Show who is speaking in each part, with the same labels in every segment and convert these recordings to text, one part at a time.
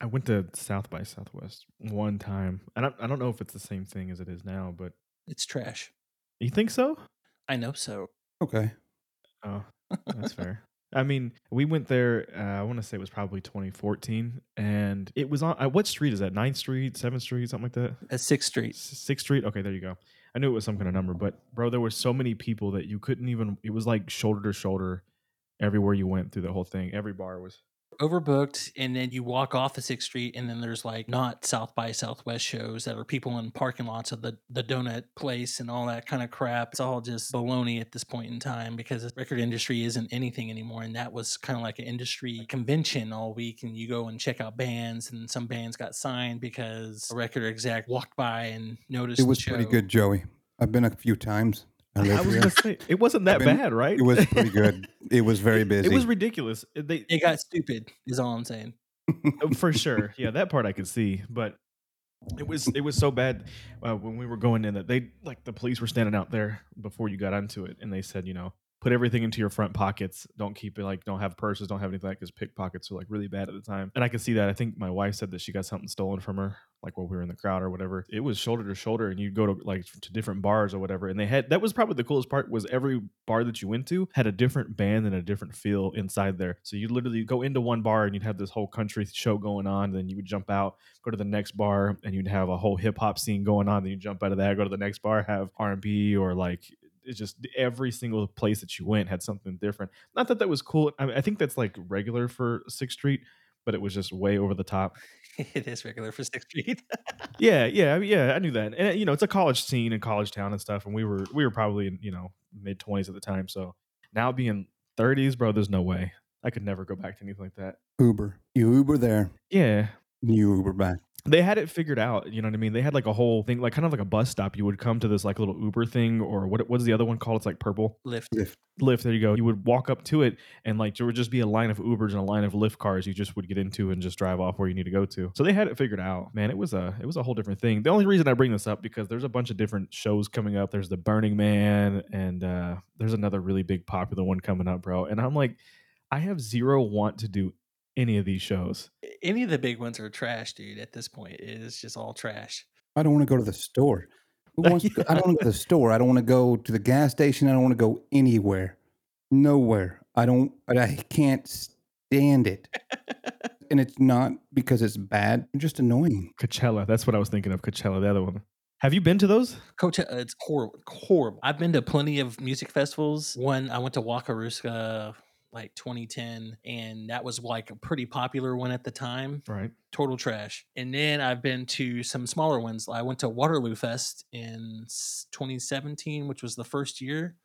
Speaker 1: I went to South by Southwest one time. I don't I don't know if it's the same thing as it is now, but
Speaker 2: It's trash.
Speaker 1: you think so?
Speaker 2: I know so.
Speaker 3: Okay.
Speaker 1: Oh, that's fair. I mean, we went there. Uh, I want to say it was probably 2014, and it was on uh, what street is that? 9th Street, Seventh Street, something like that.
Speaker 2: At Sixth Street.
Speaker 1: Sixth Street. Okay, there you go. I knew it was some kind of number, but bro, there were so many people that you couldn't even. It was like shoulder to shoulder, everywhere you went through the whole thing. Every bar was.
Speaker 2: Overbooked, and then you walk off of Sixth Street, and then there's like not South by Southwest shows that are people in parking lots of the, the donut place and all that kind of crap. It's all just baloney at this point in time because the record industry isn't anything anymore. And that was kind of like an industry convention all week, and you go and check out bands, and some bands got signed because a record exec walked by and noticed
Speaker 3: It
Speaker 2: the
Speaker 3: was pretty
Speaker 2: show.
Speaker 3: good, Joey. I've been a few times. I
Speaker 1: I
Speaker 3: live
Speaker 1: was
Speaker 3: here.
Speaker 1: gonna say it wasn't that
Speaker 3: I've been-
Speaker 1: bad, right?
Speaker 3: It was pretty good. It was very busy.
Speaker 1: It was ridiculous. It- They
Speaker 2: It got stupid, is all I'm saying.
Speaker 1: Oh, for sure. Yeah, that part I could see, but it was it was so bad uh, when we were going in that they like the police were standing out there before you got onto it, and they said, you know, put everything into your front pockets. Don't keep it like don't have purses, don't have anything like because pickpockets were like really bad at the time. And I could see that. I think my wife said that she got something stolen from her, like while we were in the crowd or whatever. It was shoulder to shoulder, and you'd go to like to different bars or whatever, and they had that was probably the coolest part was every bar that you went to had a different band and a different feel inside there. So you literally go into one bar and you'd have this whole country show going on, then you would jump out go to the next bar and you'd have a whole hip hop scene going on. Then you jump out of that, go to the next bar, have R and B or like it's just every single place that you went had something different. Not that that was cool. I, mean, I think that's like regular for Sixth Street, but it was just way over the top.
Speaker 2: it is regular for Sixth Street.
Speaker 1: Yeah, yeah, I mean, yeah. I knew that, and uh, you know, it's a college scene and college town and stuff. And we were we were probably in you know mid twenties at the time. So now being thirties, bro, there's no way I could never go back to anything like that.
Speaker 3: Uber. You Uber there.
Speaker 1: Yeah,
Speaker 3: You Uber back.
Speaker 1: they had it figured out. You know what I mean? They had like a whole thing, like kind of like a bus stop. You would come to this like little Uber thing, or what? What's the other one called? It's like purple
Speaker 2: Lift.
Speaker 3: Lyft.
Speaker 1: Lyft. There you go. You would walk up to it, and like there would just be a line of Ubers and a line of Lyft cars. You just would get into and just drive off where you need to go to. So they had it figured out. Man, it was a it was a whole different thing. The only reason I bring this up because there's a bunch of different shows coming up. There's the Burning Man, and uh, there's another really big popular one coming up, bro. And I'm like, I have zero want to do any of these shows.
Speaker 2: Any of the big ones are trash, dude, at this point. It is just all trash.
Speaker 3: I don't want to go to the store. Who wants to go- I don't want to go to the store. I don't want to go to the gas station. I don't want to go anywhere. Nowhere. I don't I- I can't stand it. and it's not because it's bad, it's just annoying.
Speaker 1: Coachella. That's what I was thinking of. Coachella, the other one. Have you been to those?
Speaker 2: Coachella, uh, it's horrible. Horrible. I've been to plenty of music festivals. One, I went to Wakaruska like 2010, and that was like a pretty popular one at the time.
Speaker 1: Right.
Speaker 2: Total trash. And then I've been to some smaller ones. I went to Waterloo Fest in s- 2017, which was the first year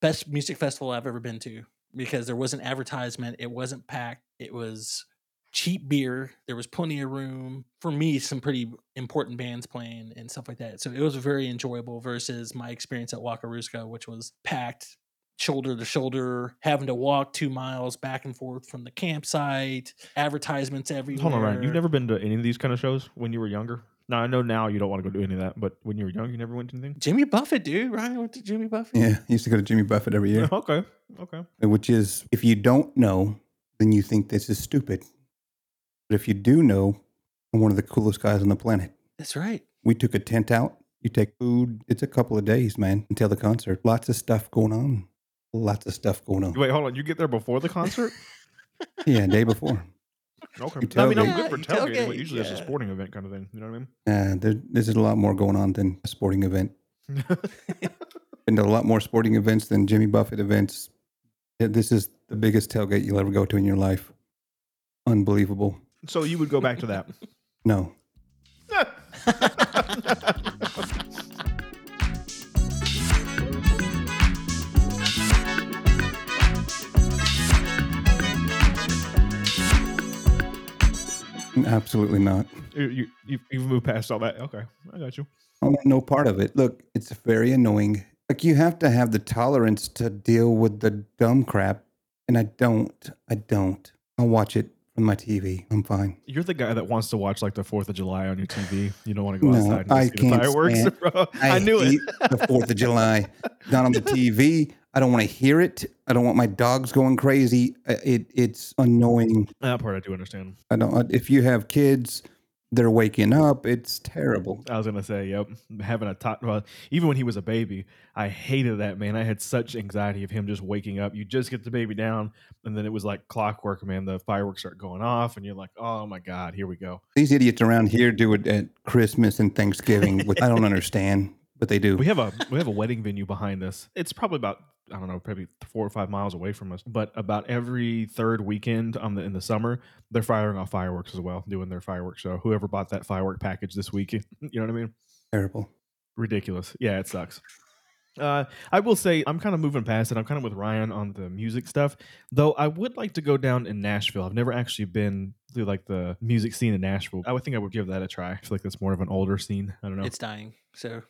Speaker 2: best music festival I've ever been to because there was an advertisement. It wasn't packed. It was cheap beer. There was plenty of room for me. Some pretty important bands playing and stuff like that. So it was very enjoyable versus my experience at Wakaruska, which was packed shoulder to shoulder, having to walk two miles back and forth from the campsite. Advertisements everywhere.
Speaker 1: Hold on, Ryan. You've never been to any of these kind of shows when you were younger? Now I know now you don't want to go do any of that, but when you were young, you never went to anything.
Speaker 2: Jimmy Buffett, dude. Ryan went to Jimmy Buffett.
Speaker 3: Yeah. I used to go to Jimmy Buffett every year.
Speaker 1: Okay. Okay.
Speaker 3: Which is if you don't know, then you think this is stupid. But if you do know, I'm one of the coolest guys on the planet.
Speaker 2: That's right.
Speaker 3: We took a tent out. You take food. It's a couple of days, man, until the concert. Lots of stuff going on. Lots of stuff going on.
Speaker 1: Wait, hold on. You get there before the concert?
Speaker 3: Yeah, day before.
Speaker 1: Okay.
Speaker 3: You
Speaker 1: I mean, I'm
Speaker 3: tailgate.
Speaker 1: good for
Speaker 2: Yeah, you
Speaker 1: tailgating, but
Speaker 2: tailgate,
Speaker 1: usually it's a
Speaker 2: yeah.
Speaker 1: sporting event kind of thing. You know what I mean?
Speaker 3: Uh, there, there's a lot more going on than a sporting event. Been to a lot more sporting events than Jimmy Buffett events. Yeah, This is the biggest tailgate you'll ever go to in your life. Unbelievable.
Speaker 1: so you would go back to that.
Speaker 3: No, absolutely not.
Speaker 1: you, you, you've, you've moved past all that. Okay. I got you.
Speaker 3: I want Oh, no part of it. Look, it's very annoying. Like you have to have the tolerance to deal with the dumb crap, and I don't. I don't. I'll watch it from my TV. I'm fine.
Speaker 1: You're the guy that wants to watch like the 4th of July on your TV. You don't want to go
Speaker 3: No,
Speaker 1: outside and
Speaker 3: I
Speaker 1: just see the
Speaker 3: can't
Speaker 1: fireworks,
Speaker 3: stand-
Speaker 1: bro. I, knew it.
Speaker 3: hate the Fourth of July, not on the TV. I don't want to hear it. I don't want my dogs going crazy. Uh, It it's annoying.
Speaker 1: That part I do understand.
Speaker 3: I don't. uh, If you have kids, they're waking up. It's terrible.
Speaker 1: I was gonna say, yep. Having a top, well, even when he was a baby, I hated that man. I had such anxiety of him just waking up. You just get the baby down, and then it was like clockwork, man. The fireworks start going off, and you're like, oh my god, here we go.
Speaker 3: These idiots around here do it at Christmas and Thanksgiving. Which I don't understand, but they do.
Speaker 1: We have a we have a wedding venue behind us. It's probably about I don't know, probably four or five miles away from us. But about every third weekend on the in the summer, they're firing off fireworks as well, doing their fireworks show. Whoever bought that firework package this week, you know what I mean?
Speaker 3: terrible.
Speaker 1: ridiculous. Yeah, it sucks. Uh, I will say I'm kind of moving past it. I'm kind of with Ryan on the music stuff, though. I would like to go down in Nashville. I've never actually been through like the music scene in Nashville. I would think I would give that a try. I feel like that's more of an older scene. I don't know.
Speaker 2: It's dying. So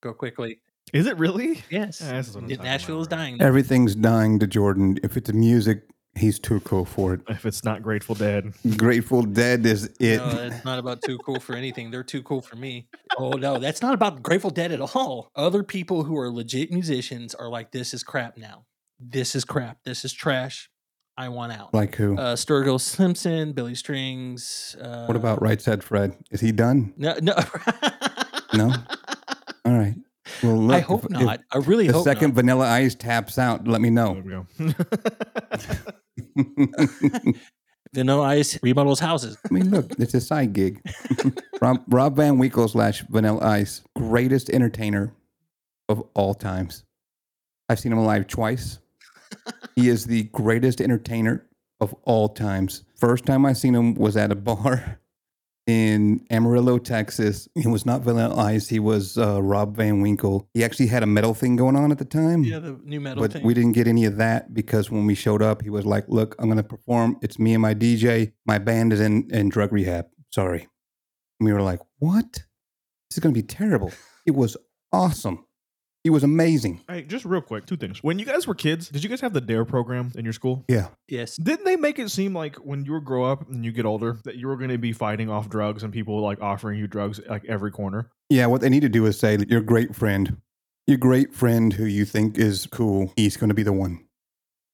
Speaker 2: go quickly.
Speaker 1: is it really?
Speaker 2: Yes.
Speaker 1: Yeah, this is what I'm talking about,
Speaker 2: Nashville is
Speaker 1: bro.
Speaker 2: dying.
Speaker 3: Everything's dying to Jordan. If it's music, he's too cool for it.
Speaker 1: If it's not Grateful Dead,
Speaker 3: Grateful Dead is it.
Speaker 2: No, that's not about too cool for anything. They're too cool for me. Oh no, that's not about Grateful Dead at all. Other people who are legit musicians are like, this is crap now. This is crap. This is trash. I want out.
Speaker 3: like who?
Speaker 2: Uh, Sturgill Simpson, Billy Strings. Uh,
Speaker 3: what about Right Said Fred? Is he done?
Speaker 2: No, no.
Speaker 3: No? All right. Well, look,
Speaker 2: I
Speaker 3: if-
Speaker 2: hope
Speaker 3: if
Speaker 2: not. I really
Speaker 3: the
Speaker 2: hope
Speaker 3: second
Speaker 2: not.
Speaker 3: Vanilla Ice taps out, let me
Speaker 1: there
Speaker 3: know.
Speaker 1: we go.
Speaker 2: Vanilla Ice remodels houses.
Speaker 3: I mean, look, it's a side gig. Rob, Rob Van Winkle slash Vanilla Ice, greatest entertainer of all times. I've seen him live twice. he is the greatest entertainer of all times. First time I seen him was at a bar in Amarillo, Texas. It was not Vanilla Ice. He was uh, Rob Van Winkle. He actually had a metal thing going on at the time
Speaker 2: Yeah, the new metal
Speaker 3: Hmm. but
Speaker 2: thing.
Speaker 3: we didn't get any of that because when we showed up, he was like, "Look, I'm going to perform. It's me and my DJ. My band is in in drug rehab. Sorry." And we were like, "What? This is going to be terrible." It was awesome. He was amazing.
Speaker 1: All right, just real quick, two things. When you guys were kids, did you guys have the Dare E program in your school?
Speaker 3: Yeah,
Speaker 2: yes.
Speaker 1: Didn't they make it seem like when you grow up and you get older that you were going to be fighting off drugs and people like offering you drugs like every corner?
Speaker 3: yeah. What they need to do is say, "Your great friend, your great friend who you think is cool, he's going to be the one.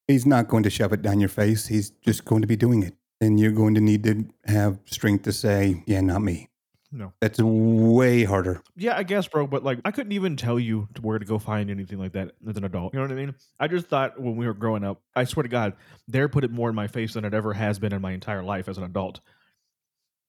Speaker 3: He's not going to shove it down your face. He's just going to be doing it." And you're going to need to have strength to say, yeah, not me.
Speaker 1: No.
Speaker 3: That's way harder.
Speaker 1: Yeah, I guess, bro. But like, I couldn't even tell you to where to go find anything like that as an adult. You know what I mean? I just thought when we were growing up, I swear to God, Dare put it more in my face than it ever has been in my entire life as an adult.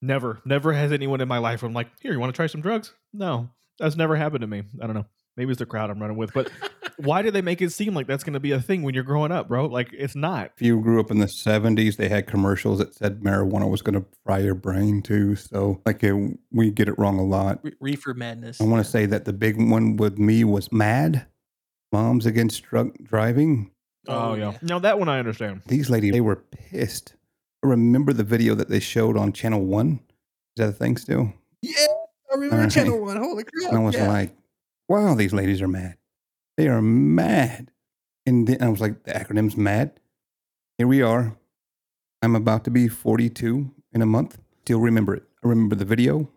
Speaker 1: Never, never has anyone in my life. I'm like, here, you want to try some drugs? No, that's never happened to me. I don't know. Maybe it's the crowd I'm running with, but why do they make it seem like that's going to be a thing when you're growing up, bro? Like, it's not.
Speaker 3: if you grew up in the 70s, they had commercials that said marijuana was going to fry your brain too. So, like, it, we get it wrong a lot.
Speaker 2: Re- reefer madness.
Speaker 3: I want to say that the big one with me was MAD, Moms Against Drunk Driving.
Speaker 1: Oh, yeah. Now that one I understand.
Speaker 3: These ladies, they were pissed. I remember the video that they showed on Channel One. Is that a thing still?
Speaker 4: Yeah, I remember
Speaker 3: Alright.
Speaker 4: Channel One. Holy crap!
Speaker 3: And I was
Speaker 4: yeah.
Speaker 3: like, wow, these ladies are mad. They are mad. And then I was like, the acronym's mad. Here we are. I'm about to be 42 in a month. Still remember it. I remember the video.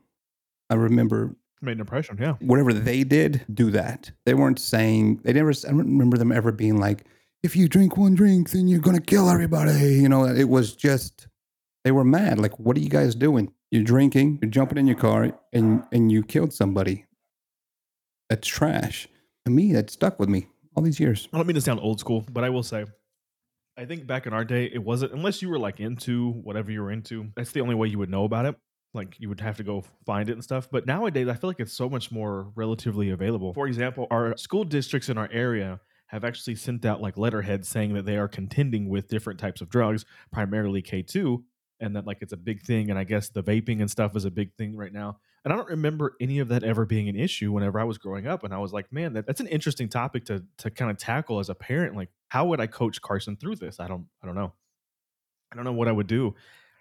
Speaker 3: I remember
Speaker 1: Made an impression. Yeah.
Speaker 3: whatever they did, do that. They weren't saying, they never, I don't remember them ever being like, if you drink one drink, then you're going to kill everybody. You know, it was just, they were mad. Like, what are you guys doing? You're drinking, you're jumping in your car, and, and you killed somebody. That's trash. To me, that stuck with me all these years.
Speaker 1: I don't mean to sound old school, but I will say, I think back in our day, it wasn't unless you were like into whatever you were into. That's the only way you would know about it. Like you would have to go find it and stuff. But nowadays, I feel like it's so much more relatively available. For example, our school districts in our area have actually sent out like letterheads saying that they are contending with different types of drugs, primarily K2, and that like it's a big thing. And I guess the vaping and stuff is a big thing right now. And I don't remember any of that ever being an issue whenever I was growing up. And I was like, man, that, that's an interesting topic to to kind of tackle as a parent. Like, how would I coach Carson through this? I don't I don't know. I don't know what I would do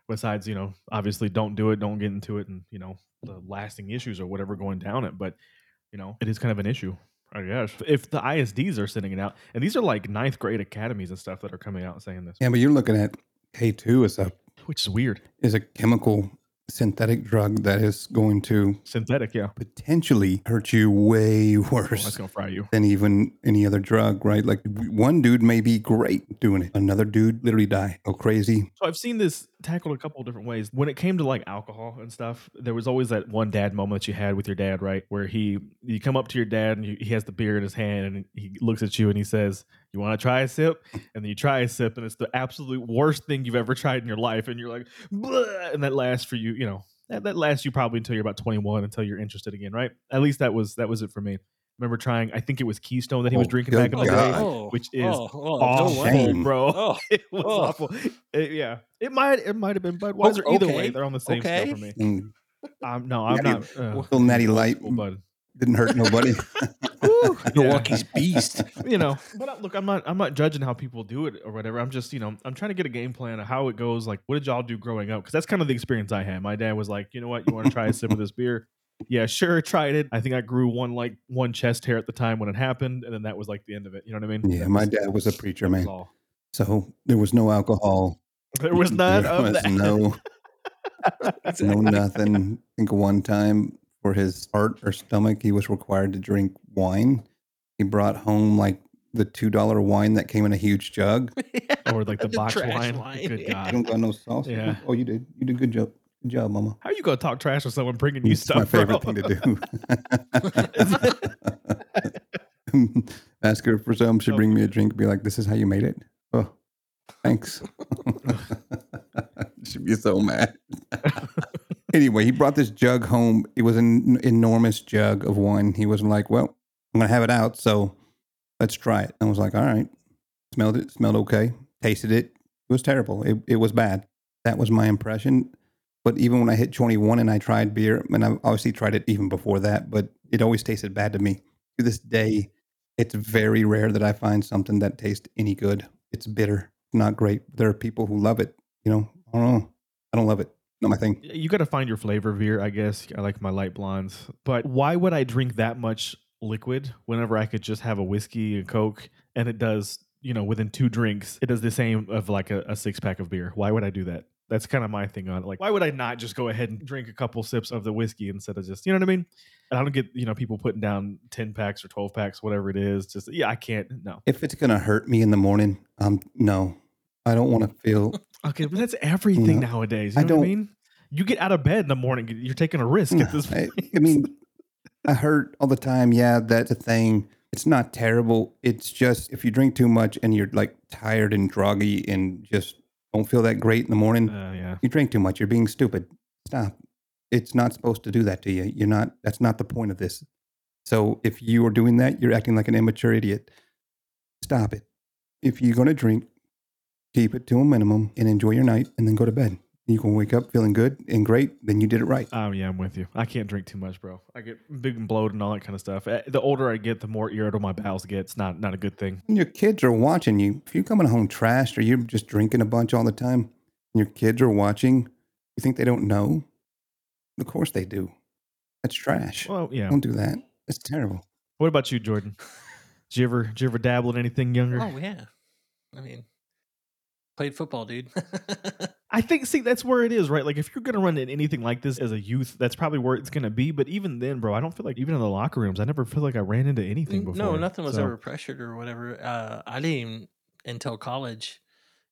Speaker 1: besides, you know, obviously don't do it, don't get into it, and you know, the lasting issues or whatever going down it. But, you know, it is kind of an issue. I guess. If the ISDs are sending it out, and these are like ninth grade academies and stuff that are coming out saying this,
Speaker 3: Yeah, but you're looking at K2 as a,
Speaker 1: which is weird.
Speaker 3: is a chemical synthetic drug that is going to
Speaker 1: Synthetic, yeah.
Speaker 3: potentially hurt you way
Speaker 1: Well, that's
Speaker 3: worse
Speaker 1: gonna fry you.
Speaker 3: than even any other drug, right? Like w- one dude may be great doing it, another dude literally die, go crazy.
Speaker 1: So I've seen this tackled a couple of different ways. When it came to like alcohol and stuff, there was always that one dad moment that you had with your dad, right? Where he you come up to your dad and you, he has the beer in his hand and he looks at you and he says, "You want to try a sip?" And then you try a sip and it's the absolute worst thing you've ever tried in your life, and you're like, "Bleh," and that lasts for you, you know, that, that lasts you probably until you're about 21 until you're interested again, right? At least that was that was it for me. remember trying, I think it was Keystone that he was
Speaker 3: Oh,
Speaker 1: drinking
Speaker 3: good
Speaker 1: back in the
Speaker 3: God.
Speaker 1: day, which is
Speaker 2: oh, oh,
Speaker 1: awful,
Speaker 2: no
Speaker 3: shame.
Speaker 2: way.
Speaker 1: bro
Speaker 2: Oh,
Speaker 1: it was
Speaker 2: Oh.
Speaker 1: awful. It- yeah, it might it might have been
Speaker 3: Oh,
Speaker 1: Budweiser. Either way,
Speaker 2: okay.
Speaker 1: they're on the same scale for
Speaker 2: Okay.
Speaker 1: me.
Speaker 3: And
Speaker 1: Um, no, I'm
Speaker 3: Natty-
Speaker 1: not. Uh,
Speaker 3: Mm. little natty light
Speaker 1: old Bud.
Speaker 3: didn't hurt nobody.
Speaker 1: Woo, yeah,
Speaker 2: Milwaukee's beast.
Speaker 1: you know, but I- look, I'm not I'm not judging how people do it or whatever. I'm just you know I'm trying to get a game plan of how it goes. Like, what did y'all do growing up? Because that's kind of the experience I had. My dad was like, you know what, you want to try a sip of this beer. Yeah, sure, tried it. I think I grew one like one chest hair at the time when it happened, and then that was like the end of it. You know what I mean?
Speaker 3: yeah,
Speaker 1: That
Speaker 3: my
Speaker 1: was-
Speaker 3: dad was a preacher,
Speaker 1: that was
Speaker 3: man.
Speaker 1: all.
Speaker 3: So there was no alcohol.
Speaker 1: There was none
Speaker 3: There
Speaker 1: of
Speaker 3: was
Speaker 1: that.
Speaker 3: No, no nothing. I think one time for his heart or stomach, he was required to drink wine. He brought home like the two dollar wine that came in a huge jug.
Speaker 1: or like the,
Speaker 2: The
Speaker 1: box
Speaker 2: trash
Speaker 1: wine.
Speaker 2: line,
Speaker 1: Good
Speaker 2: yeah.
Speaker 1: God.
Speaker 3: I don't got no sauce.
Speaker 1: Yeah.
Speaker 3: Oh, you did. You did good job. Good job, Mama.
Speaker 1: How you gonna talk trash on someone bringing you
Speaker 3: It's
Speaker 1: stuff?
Speaker 3: my favorite
Speaker 1: bro?
Speaker 3: thing to do. Ask her for some. She
Speaker 1: Oh,
Speaker 3: bring me a drink. Be like, "This is how you made it." Oh, thanks. She'd be so mad. anyway, he brought this jug home. It was an enormous jug of wine. He was like, "Well, I'm gonna have it out, so let's try it." I was like, "All right." Smelled it. Smelled okay. Tasted it. It was terrible. It, it was bad. That was my impression. But even when I hit 21 and I tried beer, and I obviously tried it even before that, but it always tasted bad to me. To this day, it's very rare that I find something that tastes any good. It's bitter, not great. There are people who love it. You know, I don't know. I don't love it. Not my thing.
Speaker 1: You gotta find your flavor of beer, I guess. I like my light blondes, but why would I drink that much liquid whenever I could just have a whiskey and coke? And it does, you know, within two drinks, it does the same of like a, a six pack of beer. Why would I do that? That's kind of my thing on it. Like, why would I not just go ahead and drink a couple sips of the whiskey instead of just, you know what I mean? And I don't get, you know, people putting down 10 packs or 12 packs, whatever it is. Just, yeah, I can't. No.
Speaker 3: If it's gonna hurt me in the morning, um, no, I don't want to feel.
Speaker 1: Okay, but that's everything
Speaker 3: Yeah.
Speaker 1: nowadays. You
Speaker 3: I
Speaker 1: know what I
Speaker 3: don't-
Speaker 1: mean? You get out of bed in the morning, you're taking a risk
Speaker 3: No,
Speaker 1: at this
Speaker 3: Hmm. I,
Speaker 1: point.
Speaker 3: I mean, I heard all the time. Yeah, that's a thing. It's not terrible. It's just if you drink too much and you're like tired and groggy and just don't feel that great in the morning,
Speaker 1: Uh, yeah.
Speaker 3: you drink too much. You're being stupid. Stop. It's not supposed to do that to you. You're not. That's not the point of this. So if you are doing that, you're acting like an immature idiot. Stop it. If you're gonna drink, keep it to a minimum and enjoy your night, and then go to bed. You can wake up feeling good and great. Then you did it right.
Speaker 1: Um, yeah, I'm with you. I can't drink too much, bro. I get big and bloated and all that kind of stuff. Uh, The older I get, the more irritable my bowels get. It's not not a good thing.
Speaker 3: when your kids are watching you, if you're coming home trashed or you're just drinking a bunch all the time, and your kids are watching, you think they don't know? Of course they do. That's trash.
Speaker 1: Well, yeah.
Speaker 3: Don't do that. It's terrible.
Speaker 1: What about you, Jordan? Did you ever did you ever dabble in anything younger?
Speaker 2: Oh yeah, I mean, played football, dude.
Speaker 1: I think see that's where it is, right? Like if you're gonna run in anything like this as a youth, that's probably where it's gonna be. But even then, bro, I don't feel like even in the locker rooms, I never feel like I ran into anything
Speaker 2: N-
Speaker 1: before.
Speaker 2: No, nothing was
Speaker 1: So,
Speaker 2: ever pressured or whatever. Uh, I didn't even, until college,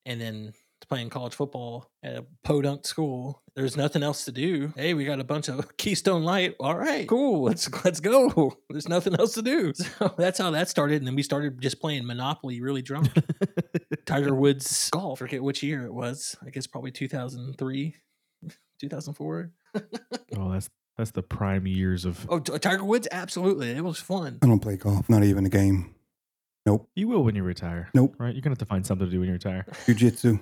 Speaker 2: and then playing college football at a podunk school. There's nothing else to do. Hey, we got a bunch of Keystone Light. All right, cool. Let's let's go. There's nothing else to do. So that's how that started, and then we started just playing Monopoly really drunk. Tiger Woods golf. Forget which year it was. I guess probably 2003, 2004.
Speaker 1: Oh, that's that's the prime years of
Speaker 2: Oh, T- Tiger Woods, absolutely. It was fun.
Speaker 3: I don't play golf, not even a game. Nope.
Speaker 1: You will when you retire.
Speaker 3: Nope.
Speaker 1: Right? You're gonna have to find something to do when you retire.
Speaker 3: Jiu-jitsu.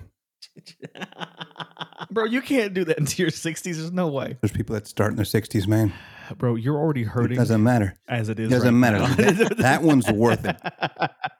Speaker 1: Bro, you can't do that into your sixties. There's no way.
Speaker 3: There's people that start in their 60s, man.
Speaker 1: bro, you're already
Speaker 3: It
Speaker 1: hurting
Speaker 3: doesn't matter.
Speaker 1: as it
Speaker 3: It
Speaker 1: is.
Speaker 3: doesn't
Speaker 1: right
Speaker 3: matter.
Speaker 1: now.
Speaker 3: That, that one's worth it.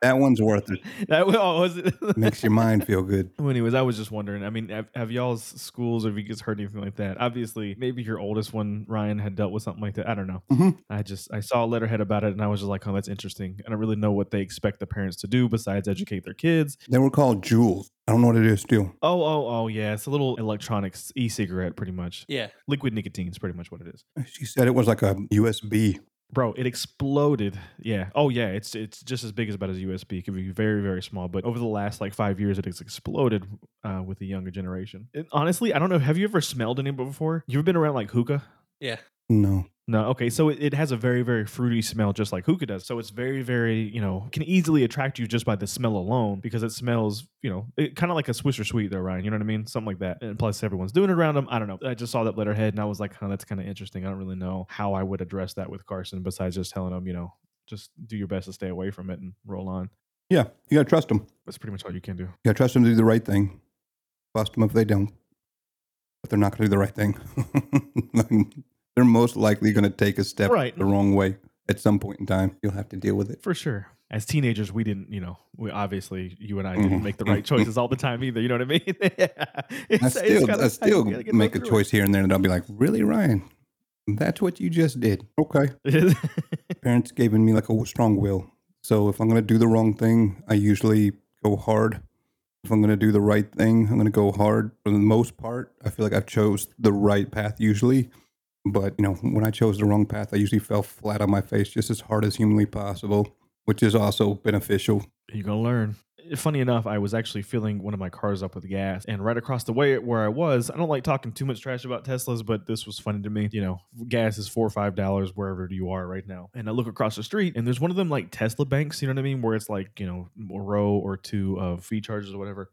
Speaker 3: That one's worth it.
Speaker 1: That oh, was it.
Speaker 3: Makes your mind feel good.
Speaker 1: Well, anyways, I was just wondering. I mean, have, have y'all's schools, or have you guys heard anything like that? Obviously, maybe your oldest one, Ryan, had dealt with something like that. I don't know.
Speaker 3: Mhm.
Speaker 1: I just I saw a letterhead about it, and I was just like, "Oh, that's interesting." I don't really know what they expect the parents to do besides educate their kids.
Speaker 3: They were called jewels. I don't know what it is still.
Speaker 1: Oh, oh, oh, yeah, it's a little electronics e-cigarette, pretty much.
Speaker 2: Yeah.
Speaker 1: Liquid nicotine is pretty much what it is,
Speaker 3: She said it was like a USB.
Speaker 1: bro. It exploded. Yeah. Oh, yeah. It's it's just as big as about as USB. It can be very very small, but over the last like five years, it has exploded uh, with the younger generation. And honestly, I don't know. Have you ever smelled any before? You've been around like hookah.
Speaker 2: Yeah.
Speaker 3: No.
Speaker 1: No, okay. So it, it has a very, very fruity smell, just like hookah does. So it's very, very, you know, can easily attract you just by the smell alone because it smells, you know, it, kind of like a Swisher Sweet, though, Ryan. You know what I mean? Something like that. And plus, everyone's doing it around them. I don't know. I just saw that letterhead and I was like, huh, that's kind of interesting. I don't really know how I would address that with Carson besides just telling him, you know, just do your best to stay away from it and roll on.
Speaker 3: Yeah, you gotta trust them. You
Speaker 1: That's pretty much all you can do.
Speaker 3: gotta trust them to do the right thing. Bust them if they don't. But they're not gonna do the right thing. they're most likely gonna take a step
Speaker 1: Right.
Speaker 3: the wrong way at some point in time. You'll have to deal with it.
Speaker 1: For sure. As teenagers, we didn't, you know, we obviously you and I didn't
Speaker 3: Mhm.
Speaker 1: make the right choices all the time either. You know what I mean?
Speaker 3: I
Speaker 1: It's- it's
Speaker 3: still,
Speaker 1: kinda-
Speaker 3: I still
Speaker 1: gotta get
Speaker 3: make a
Speaker 1: back through it.
Speaker 3: choice here and there, and I'll be like, "Really, Ryan? That's what you just did?" Okay. Parents gave me like a strong will, so if I'm gonna do the wrong thing, I usually go hard. If I'm gonna do the right thing, I'm gonna go hard. For the most part, I feel like I've chose the right path usually, but you know, when I chose the wrong path, I usually fell flat on my face, just as hard as humanly possible, which is also beneficial.
Speaker 1: You're gonna learn. Funny enough, I was actually filling one of my cars up with gas, and right across the way where I was, I don't like talking too much trash about Teslas, but this was funny to me. You know, gas is four or five dollars wherever you are right now, and I look across the street, and there's one of them like Tesla banks. You know what I mean? Where it's like you know a row or two of fee charges or whatever,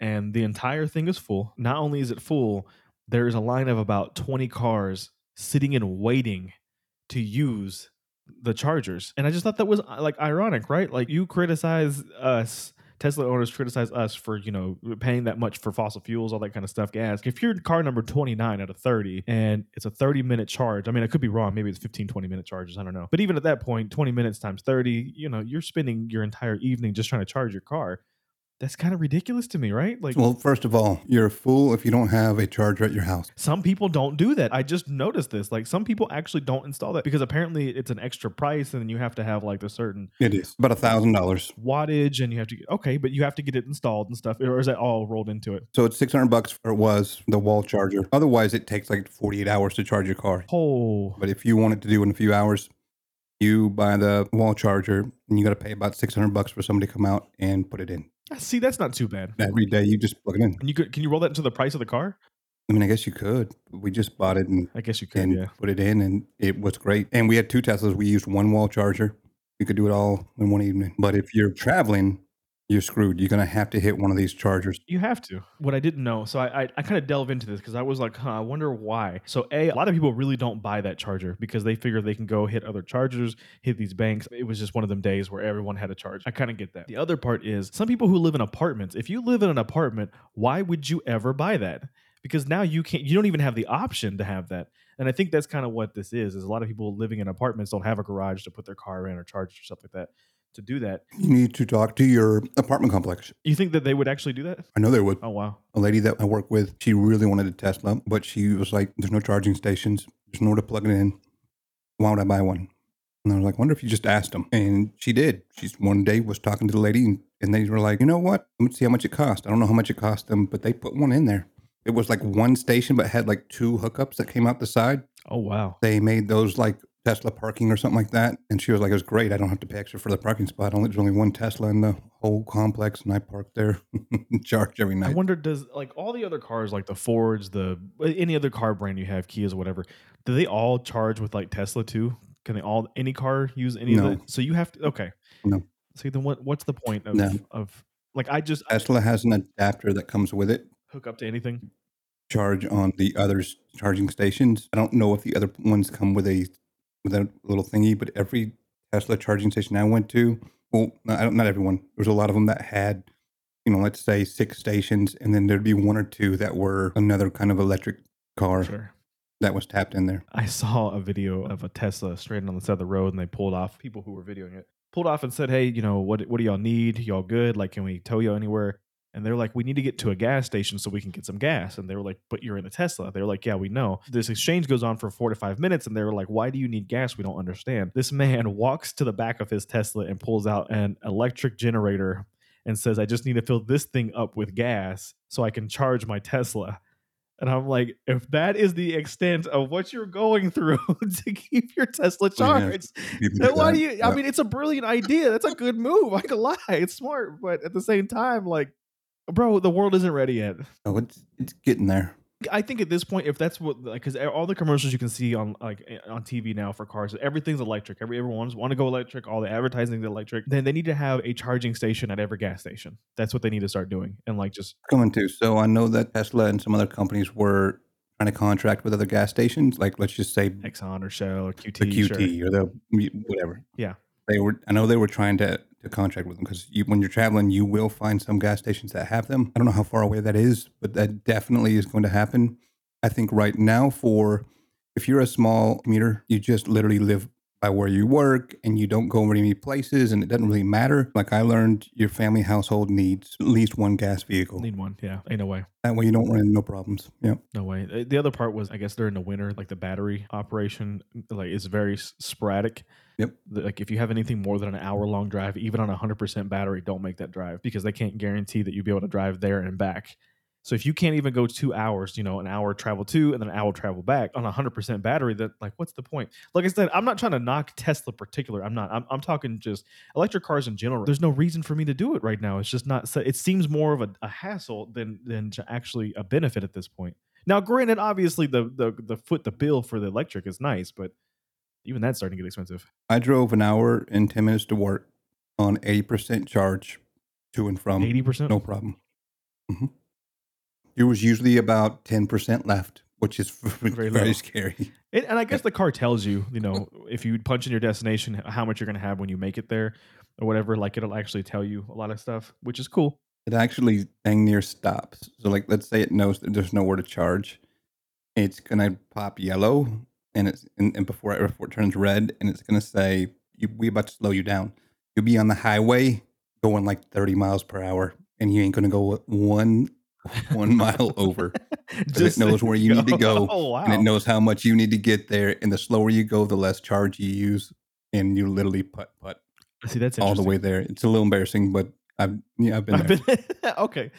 Speaker 1: and the entire thing is full. Not only is it full, there is a line of about twenty cars sitting and waiting to use the chargers and i just thought that was uh, like ironic right like you criticize us tesla owners criticize us for you know paying that much for fossil fuels all that kind of stuff gas if you're car number 29 out of 30 and it's a 30 minute charge i mean i could be wrong maybe it's 15 20 minute charges i don't know but even at that point 20 minutes times 30 you know you're spending your entire evening just trying to charge your car that's kind of ridiculous to me right like
Speaker 3: Well, first of all, you're a fool if you don't have a charger at your house.
Speaker 1: some people don't do that. I just noticed this. Like some people actually don't install that because apparently it's an extra price and then you have to have like a certain
Speaker 3: It is about a thousand dollars.
Speaker 1: wattage and you have to get okay, but you have to get it installed and stuff, or is that all rolled into it?
Speaker 3: So it's six hundred bucks for it was the wall charger. Otherwise, it takes like forty eight hours to charge your car.
Speaker 1: Oh,
Speaker 3: But if you want it to do in a few hours, you buy the wall charger and you got to pay about six hundred bucks for somebody to come out and put it in.
Speaker 1: see, that's not too bad.
Speaker 3: Every day, you just plug it in.
Speaker 1: And you could can you roll that into the price of the car?
Speaker 3: I mean, I guess you could. but We just bought it and
Speaker 1: I guess you could.
Speaker 3: and
Speaker 1: yeah,
Speaker 3: put it in, and it was great. And we had two Teslas. We used one wall charger. You could do it all in one evening. But if you're traveling, you're screwed. You're gonna have to hit one of these chargers.
Speaker 1: you have to. What I didn't know, so I I, I kind of delve into this because I was like, huh, I wonder why. So a a lot of people really don't buy that charger because they figure they can go hit other chargers, hit these banks. It was just one of them days where everyone had a charge. I kind of get that. The other part is some people who live in apartments. If you live in an apartment, why would you ever buy that? because now you can't you don't even have the option to have that and i think that's kind of what this is is a lot of people living in apartments don't have a garage to put their car in or charge or stuff like that to do that
Speaker 3: You need to talk to your apartment complex.
Speaker 1: you think that they would actually do that
Speaker 3: I know there was
Speaker 1: oh wow
Speaker 3: a lady that I work with. She really wanted a Tesla, but she was like, "There's no charging stations. There's nowhere to plug it in. Why would I buy one?" And I was like, "Wonder if you just asked them." And she did. She's one day was talking to the lady, and, and they were like, "You know what? Let me see how much it cost. I don't know how much it cost them, but they put one in there. It was like one station, but had like two hookups that came out the side.
Speaker 1: oh wow
Speaker 3: They made those like." Tesla parking or something like that. And she was like, it was great. I don't have to pay extra for the parking spot. Only There's only one Tesla in the whole complex, and I park there and charge every
Speaker 1: i
Speaker 3: night.
Speaker 1: wonder does like all the other cars like the fords the uh, any other car brand you have kias whatever do they all charge with like tesla too can they all any car use any
Speaker 3: No.
Speaker 1: of that so you have to okay
Speaker 3: No.
Speaker 1: see then what what's the point of
Speaker 3: No.
Speaker 1: of like i just I
Speaker 3: Tesla has an adapter that comes with it.
Speaker 1: hook up to anything
Speaker 3: Charge on the others charging stations. I don't know if the other ones come with a with a little thingy, but every Tesla charging station I went to, well, not, I don't- not everyone. There was a lot of them that had, you know, let's say six stations, and then there'd be one or two that were another kind of electric car.
Speaker 1: sure
Speaker 3: that was tapped in there.
Speaker 1: I saw a video of a Tesla stranded on the side of the road, and they pulled off. People who were videoing it pulled off and said, "Hey, you know what? What do y'all need? Y'all good? Like, can we tow y'all anywhere?" And they're like, "We need to get to a gas station so we can get some gas." And they were like, "But you're in a Tesla." They were like, "Yeah, we know." This exchange goes on for four to five minutes, and they were like, "Why do you need gas? We don't understand." This man walks to the back of his Tesla and pulls out an electric generator and says, "I just need to fill this thing up with gas so I can charge my Tesla." And I'm like, if that is the extent of what you're going through to keep your Tesla
Speaker 3: Yeah.
Speaker 1: charged, then why do you? I mean, it's a brilliant idea. That's a good move. I can lie. It's smart, but at the same time, like, bro, the world isn't ready yet.
Speaker 3: oh, it's it's getting there.
Speaker 1: I think at this point, if that's what, like, because all the commercials you can see on like on TV now for cars, everything's electric. Every everyone's want to go electric. All the advertising's electric. Then they need to have a charging station at every gas station. That's what they need to start doing, and like just
Speaker 3: coming to. So I know that Tesla and some other companies were trying to contract with other gas stations, like let's just say Mm. the
Speaker 1: Exxon or Shell or QT. sure.
Speaker 3: QT or the whatever.
Speaker 1: Yeah.
Speaker 3: they were. I know they were trying to to contract with them because you, when you're traveling, you will find some gas stations that have them. I don't know how far away that is, but that definitely is going to happen. I think right now for if you're a small commuter, you just literally live by where you work and you don't go over to any places and it doesn't really matter. Like I learned your family household needs at least one gas vehicle.
Speaker 1: Need one, yeah. Ain't no way.
Speaker 3: That way you don't run into no problems. Yeah.
Speaker 1: No way. Uh, The other part was, I guess, during the winter, like the battery operation, mm, like is very s- sporadic.
Speaker 3: Yep.
Speaker 1: The- Like if you have anything more than an hour long drive, even on a hundred percent battery, don't make that drive because they can't guarantee that you'll be able to drive there and back. So if you can't even go two hours, you know, an hour travel to and then an hour travel back on a hundred percent battery, that like what's the point? Like I said, I'm not trying to knock Tesla particular. I'm not. I'm, I'm talking just electric cars in general. There's no reason for me to do it right now. It's just not. so- It seems more of a, a hassle than than to actually a benefit at this point. Now, granted, obviously the the the foot the bill for the electric is nice, but even that's starting to get expensive.
Speaker 3: I drove an hour and 10 minutes to work on 80% charge to and from.
Speaker 1: Eighty percent.
Speaker 3: Um, No problem. hmm There was usually about 10% left, which is very,
Speaker 1: low.
Speaker 3: scary.
Speaker 1: And, and I guess the car tells you, you know,
Speaker 3: Oh.
Speaker 1: if you punch in your destination, h- how much you're going to have when you make it there, or whatever. Like it'll actually tell you a lot of stuff, which is cool.
Speaker 3: It actually dang near stops. So, like, let's say it knows that there's nowhere to charge. It's going to pop yellow and it's and, and before, it, before it turns red and it's going to say, you, we about to slow you down. You'll be on the highway going like 30 miles per hour and you ain't going to go one one mile over.
Speaker 1: Just
Speaker 3: knows where you need to go,
Speaker 1: Oh wow!
Speaker 3: and it knows how much you need to get there. And the slower you go, the less charge you use, and you literally putt putt
Speaker 1: See, that's
Speaker 3: all the
Speaker 1: interesting.
Speaker 3: way there. It's a little embarrassing, but I've yeah, I've been
Speaker 1: I've
Speaker 3: there.
Speaker 1: been- okay.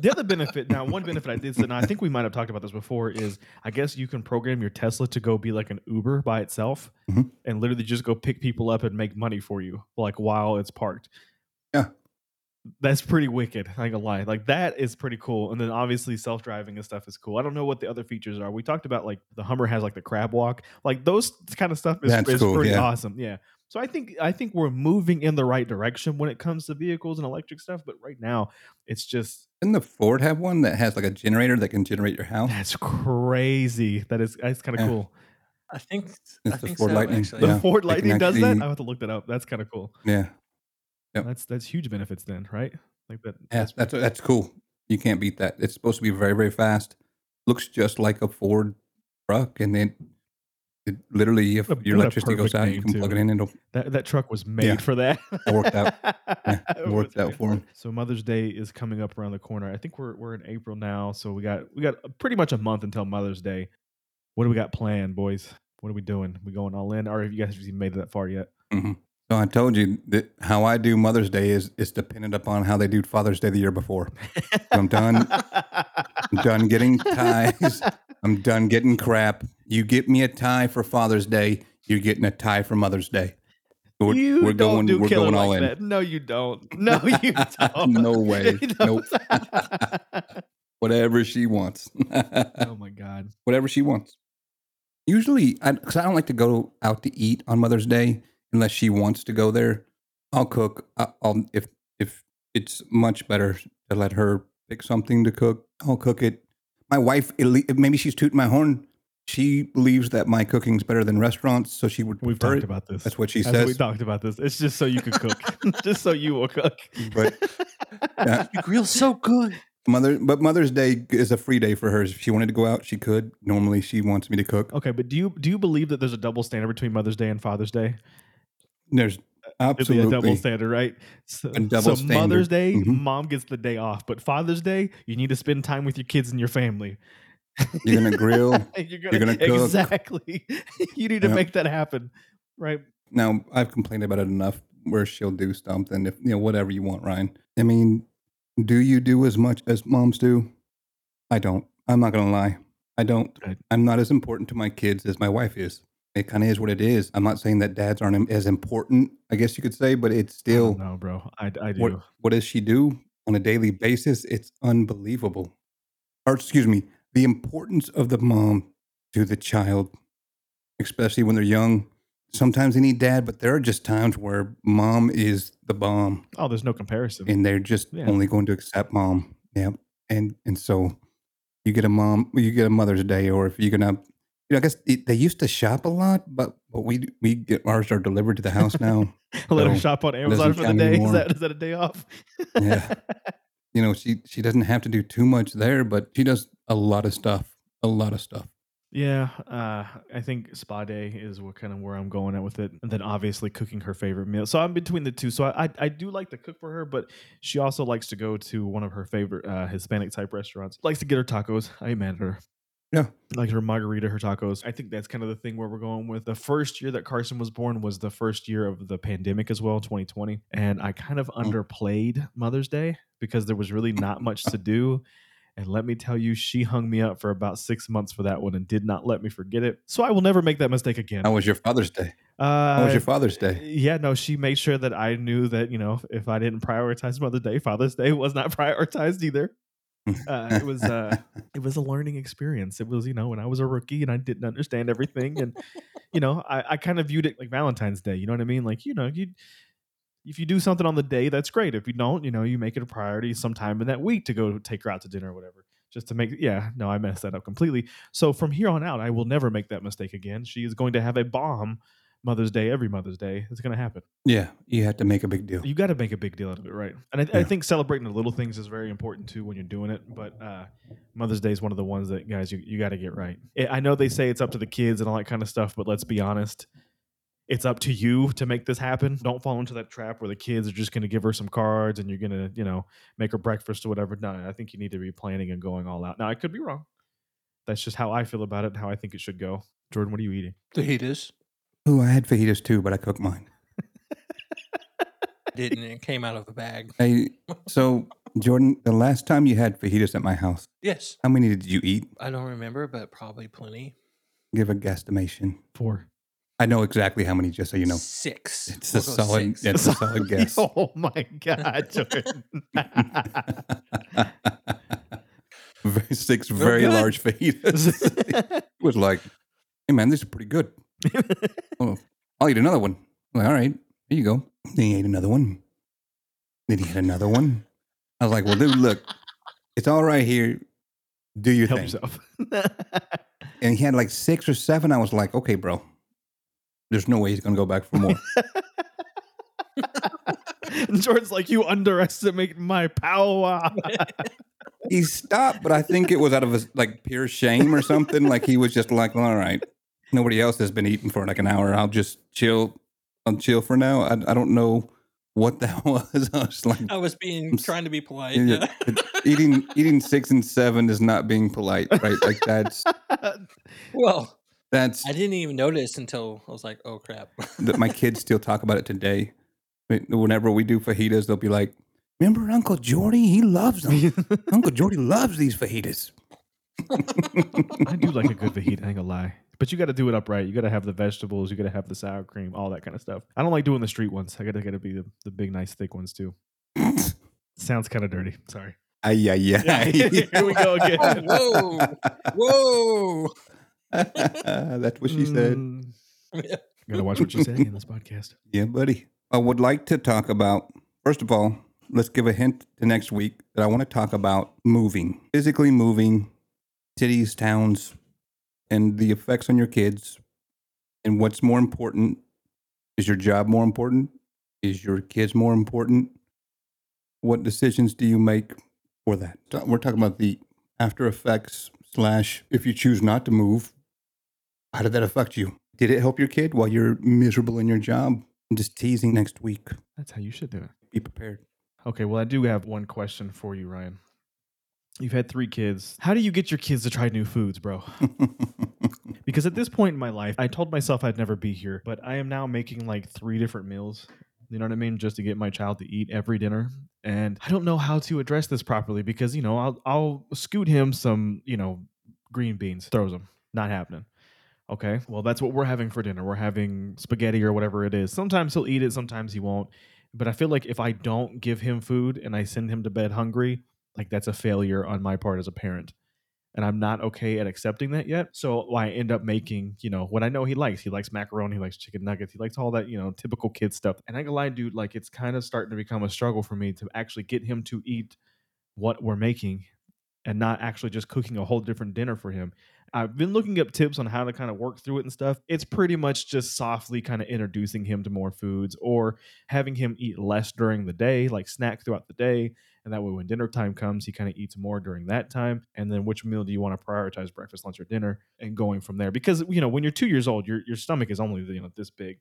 Speaker 1: The other benefit now, one benefit I did, and I think we might have talked about this before, is I guess you can program your Tesla to go be like an Uber by itself,
Speaker 3: Mhm.
Speaker 1: and literally just go pick people up and make money for you, like while it's parked.
Speaker 3: Yeah.
Speaker 1: that's pretty wicked. I ain't gonna lie, like that is pretty cool. And then obviously self driving and stuff is cool. I don't know what the other features are. We talked about like the Hummer has like the crab walk, like those kind of stuff is,
Speaker 3: That's
Speaker 1: is
Speaker 3: cool,
Speaker 1: pretty
Speaker 3: yeah.
Speaker 1: awesome. Yeah. So I think I think we're moving in the right direction when it comes to vehicles and electric stuff, but right now it's just
Speaker 3: Didn't the Ford have one that has like a generator that can generate your house?
Speaker 1: that's crazy. That is that's kind of
Speaker 3: Oh. Yeah.
Speaker 1: cool.
Speaker 2: I think I
Speaker 3: It's the
Speaker 2: think
Speaker 3: Ford
Speaker 2: so,
Speaker 3: Lightning.
Speaker 1: The
Speaker 2: actually.
Speaker 3: Yeah.
Speaker 1: Ford
Speaker 3: can
Speaker 1: Lightning does that.
Speaker 3: actually-
Speaker 1: I have to look that up. That's kind of cool.
Speaker 3: Yeah, Yep.
Speaker 1: That's that's huge benefits then, right? Like that.
Speaker 3: yeah, that's that's cool. You can't beat that. It's supposed to be very very fast. Looks just like a Ford truck, and then it literally, if
Speaker 1: What a-
Speaker 3: your
Speaker 1: what a
Speaker 3: electricity goes
Speaker 1: perfect
Speaker 3: out, you
Speaker 1: name,
Speaker 3: can plug
Speaker 1: too.
Speaker 3: it in and it'll
Speaker 1: That that truck was made
Speaker 3: Yeah.
Speaker 1: for that.
Speaker 3: That worked out. Yeah,
Speaker 1: It
Speaker 3: worked
Speaker 1: was
Speaker 3: out
Speaker 1: made
Speaker 3: for
Speaker 1: it.
Speaker 3: 'em.
Speaker 1: So Mother's Day is coming up around the corner. I think we're we're in April now, so we got we got pretty much a month until Mother's Day. What do we got planned, boys? What are we doing? We going all in, or have you guys even made it that far yet?
Speaker 3: Mhm. So I told you that how I do Mother's Day is is dependent upon how they do Father's Day the year before. I'm done. I'm done getting ties. I'm done getting crap. You get me a tie for Father's Day. You're getting a tie for Mother's Day. We're,
Speaker 1: you
Speaker 3: we're
Speaker 1: don't
Speaker 3: going.
Speaker 1: do
Speaker 3: we're
Speaker 1: killer
Speaker 3: going all
Speaker 1: like
Speaker 3: in.
Speaker 1: That. No, you don't. No, you don't.
Speaker 3: No way.
Speaker 1: You
Speaker 3: Nope.
Speaker 1: don't.
Speaker 3: Whatever she wants.
Speaker 1: oh my god.
Speaker 3: Whatever she wants. Usually, because I, don't like to go out to eat on Mother's Day unless she wants to go there. I'll cook. I, I'll if if it's much better to let her pick something to cook. I'll cook it. My wife, it le- maybe she's tooting my horn. She believes that my cooking's better than restaurants, so she would
Speaker 1: We've
Speaker 3: prefer
Speaker 1: talked
Speaker 3: it.
Speaker 1: about this.
Speaker 3: That's what she
Speaker 1: As we
Speaker 3: says.
Speaker 1: talked about this. It's just so you can cook. just so you will cook.
Speaker 3: But
Speaker 1: yeah.
Speaker 2: You grill so good.
Speaker 3: Mother, but Mother's Day is a free day for her. If she wanted to go out, she could. Normally, she wants me to cook.
Speaker 1: Okay, but do you do you believe that there's a double standard between Mother's Day and Father's Day?
Speaker 3: There's
Speaker 1: It'd be a double
Speaker 3: absolutely
Speaker 1: standard, right? So,
Speaker 3: A double
Speaker 1: so Mother's
Speaker 3: standard.
Speaker 1: Day,
Speaker 3: Mhm.
Speaker 1: mom gets the day off, but Father's Day, you need to spend time with your kids and your family.
Speaker 3: you're gonna grill.
Speaker 1: You're gonna,
Speaker 3: gonna cook.
Speaker 1: exactly. you need to
Speaker 3: Yep.
Speaker 1: make that happen, right?
Speaker 3: Now I've complained about it enough where she'll do something if you know whatever you want, Ryan. I mean, do you do as much as moms do? I don't. I'm not gonna lie. I don't.
Speaker 1: Right.
Speaker 3: I'm not as important to my kids as my wife is. It kind of is what it is. I'm not saying that dads aren't im- as important. I guess you could say, but it's still
Speaker 1: no, bro. I, I do.
Speaker 3: what what does she do on a daily basis? It's unbelievable. Or excuse me, the importance of the mom to the child, especially when they're young. Sometimes they need dad, but there are just times where mom is the bomb,
Speaker 1: Oh, there's no comparison.
Speaker 3: and they're just
Speaker 1: Yeah.
Speaker 3: only going to accept mom. Yeah, and and so you get a mom, you get a Mother's Day, or if you're gonna. You know, I guess they they used to shop a lot, but, but we we get ours are delivered to the house now.
Speaker 1: Let her
Speaker 3: No,
Speaker 1: shop on Amazon for the
Speaker 3: count
Speaker 1: day.
Speaker 3: anymore.
Speaker 1: Is that is that a day off?
Speaker 3: Yeah. you know she she doesn't have to do too much there but she does a lot of stuff a lot of stuff
Speaker 1: Yeah, uh, I think spa day is what kind of where I'm going at with it, and then obviously cooking her favorite meal. So I'm between the two. So I I, I do like to cook for her, but she also likes to go to one of her favorite uh, Hispanic type restaurants. Likes to get her tacos. I ain't mad at her.
Speaker 3: Yeah.
Speaker 1: like her margarita, her tacos. I think that's kind of the thing where we're going with. The first year that Carson was born was the first year of the pandemic as well, 2020, and I kind of
Speaker 3: Mm.
Speaker 1: underplayed Mother's Day because there was really not much to do. And let me tell you, she hung me up for about six months for that one and did not let me forget it. So I will never make that mistake again.
Speaker 3: how was your father's day
Speaker 1: Uh,
Speaker 3: how was your father's day
Speaker 1: yeah, no, she made sure that I knew that, you know, if I didn't prioritize Mother's Day, Father's Day was not prioritized either. Uh, it was uh, it was a learning experience. It was, you know, when I was a rookie and I didn't understand everything. And, you know, I, I kind of viewed it like Valentine's Day. You know what I mean? Like, you know, you if you do something on the day, that's great. If you don't, you know, you make it a priority sometime in that week to go take her out to dinner or whatever. Just to make yeah, no, I messed that up completely. So from here on out, I will never make that mistake again. She is going to have a bomb Mother's Day every Mother's Day. It's going to happen.
Speaker 3: yeah you had to make a big deal
Speaker 1: You got to make a big deal out of it, right? And I, I
Speaker 3: Yeah.
Speaker 1: think celebrating the little things is very important too when you're doing it. But uh, Mother's Day is one of the ones that guys you, you got to get right. I I know they say it's up to the kids and all that kind of stuff, but let's be honest, it's up to you to make this happen. Don't fall into that trap where the kids are just going to give her some cards and you're going to you know make her breakfast or whatever. No, I think you need to be planning and going all out. Now I could be wrong. That's just how I feel about it and how I think it should go. Jordan, what are you eating?
Speaker 2: Fajitas.
Speaker 3: oh i had fajitas too but i cooked mine
Speaker 2: Didn't it came out of the bag?
Speaker 3: hey so jordan the last time you had fajitas at my house
Speaker 2: Yes,
Speaker 3: how many did you eat
Speaker 2: I don't remember, but probably plenty.
Speaker 3: give a guesstimation
Speaker 1: Four.
Speaker 3: i know exactly how many just so you know
Speaker 2: six.
Speaker 3: it's
Speaker 2: We'll
Speaker 3: a
Speaker 2: go
Speaker 3: solid
Speaker 2: six.
Speaker 3: it's a solid guess
Speaker 1: Oh my god, Jordan.
Speaker 3: Very- six very
Speaker 2: good.
Speaker 3: large fajitas It was like, hey man, these are pretty good. oh, I'll eat another one. I'm like, all right, here you go. Then he ate another one. Then he had another one. I was like, well, dude, look, it's all right here. Do your
Speaker 1: Help
Speaker 3: thing.
Speaker 1: yourself.
Speaker 3: And he had like six or seven. I was like, okay, bro, there's no way he's gonna go back for more.
Speaker 1: And Jordan's like, you underestimate my power.
Speaker 3: he stopped, but I think it was out of his like pure shame or something. Like he was just like, all right, nobody else has been eating for like an hour. I'll just chill. I'll chill for now. I, I don't know what that was. I was like,
Speaker 2: I was being
Speaker 3: I'm s-
Speaker 2: trying to be polite.
Speaker 3: Yeah,
Speaker 2: yeah.
Speaker 3: eating eating six and seven is not being polite, right? Like that's
Speaker 2: well,
Speaker 3: that's
Speaker 2: I didn't even notice until I was like, "Oh crap!"
Speaker 3: that my kids still talk about it today. Wh- Whenever we do fajitas, they'll be like, "Remember Uncle Jordy? He loves them. Uncle Jordy loves these fajitas."
Speaker 1: I do like a good fajita, I ain't gonna lie. But you got to do it upright. You got to have the vegetables. You got to have the sour cream, all that kind of stuff. I don't like doing the street ones. I got to got to be the, the big, nice, thick ones too. Sounds kind of dirty. Sorry.
Speaker 3: Ay, yeah, yeah.
Speaker 1: Here we go again.
Speaker 2: Oh, Whoa!
Speaker 3: That's what she said.
Speaker 1: Mm. Gotta watch what you say in this podcast.
Speaker 3: Yeah, buddy. I would like to talk about, first of all, let's give a hint to next week that I want to talk about moving, physically moving cities, towns, and the effects on your kids. And what's more important? Is your job more important? Is your kids more important? What decisions do you make
Speaker 5: for that.
Speaker 3: Ta- We're talking about the after effects slash if you choose not to move. How did that affect you? Did it help your kid while you're miserable in your job?
Speaker 5: I'm just teasing next week.
Speaker 1: That's how you should do it.
Speaker 5: Be prepared.
Speaker 1: Okay, well, I do have one question for you, Ryan. You've had three kids. How do you get your kids to try new foods, bro? Because at this point in my life, I told myself I'd never be here, but I am now making like three different meals. You know what I mean? Just to get my child to eat every dinner. And I don't know how to address this properly because, you know, I'll, I'll scoot him some, you know, green beans, throws them. Not happening. Okay. Well, that's what we're having for dinner. We're having spaghetti or whatever it is. Sometimes he'll eat it, sometimes he won't. But I feel like if I don't give him food and I send him to bed hungry, like that's a failure on my part as a parent and I'm not okay at accepting that yet. So I end up making, you know, what I know he likes. He likes macaroni, he likes chicken nuggets, he likes all that, you know, typical kid stuff. And I ain't gonna lie, dude, like it's kind of starting to become a struggle for me to actually get him to eat what we're making and not actually just cooking a whole different dinner for him. I've been looking up tips on how to kind of work through it and stuff. It's pretty much just softly kind of introducing him to more foods or having him eat less during the day, like snack throughout the day, and that way, when dinner time comes, he kind of eats more during that time. And then, which meal do you want to prioritize? Breakfast, lunch, or dinner? And going from there, because you know, when you're two years old, your your stomach is only you know this big,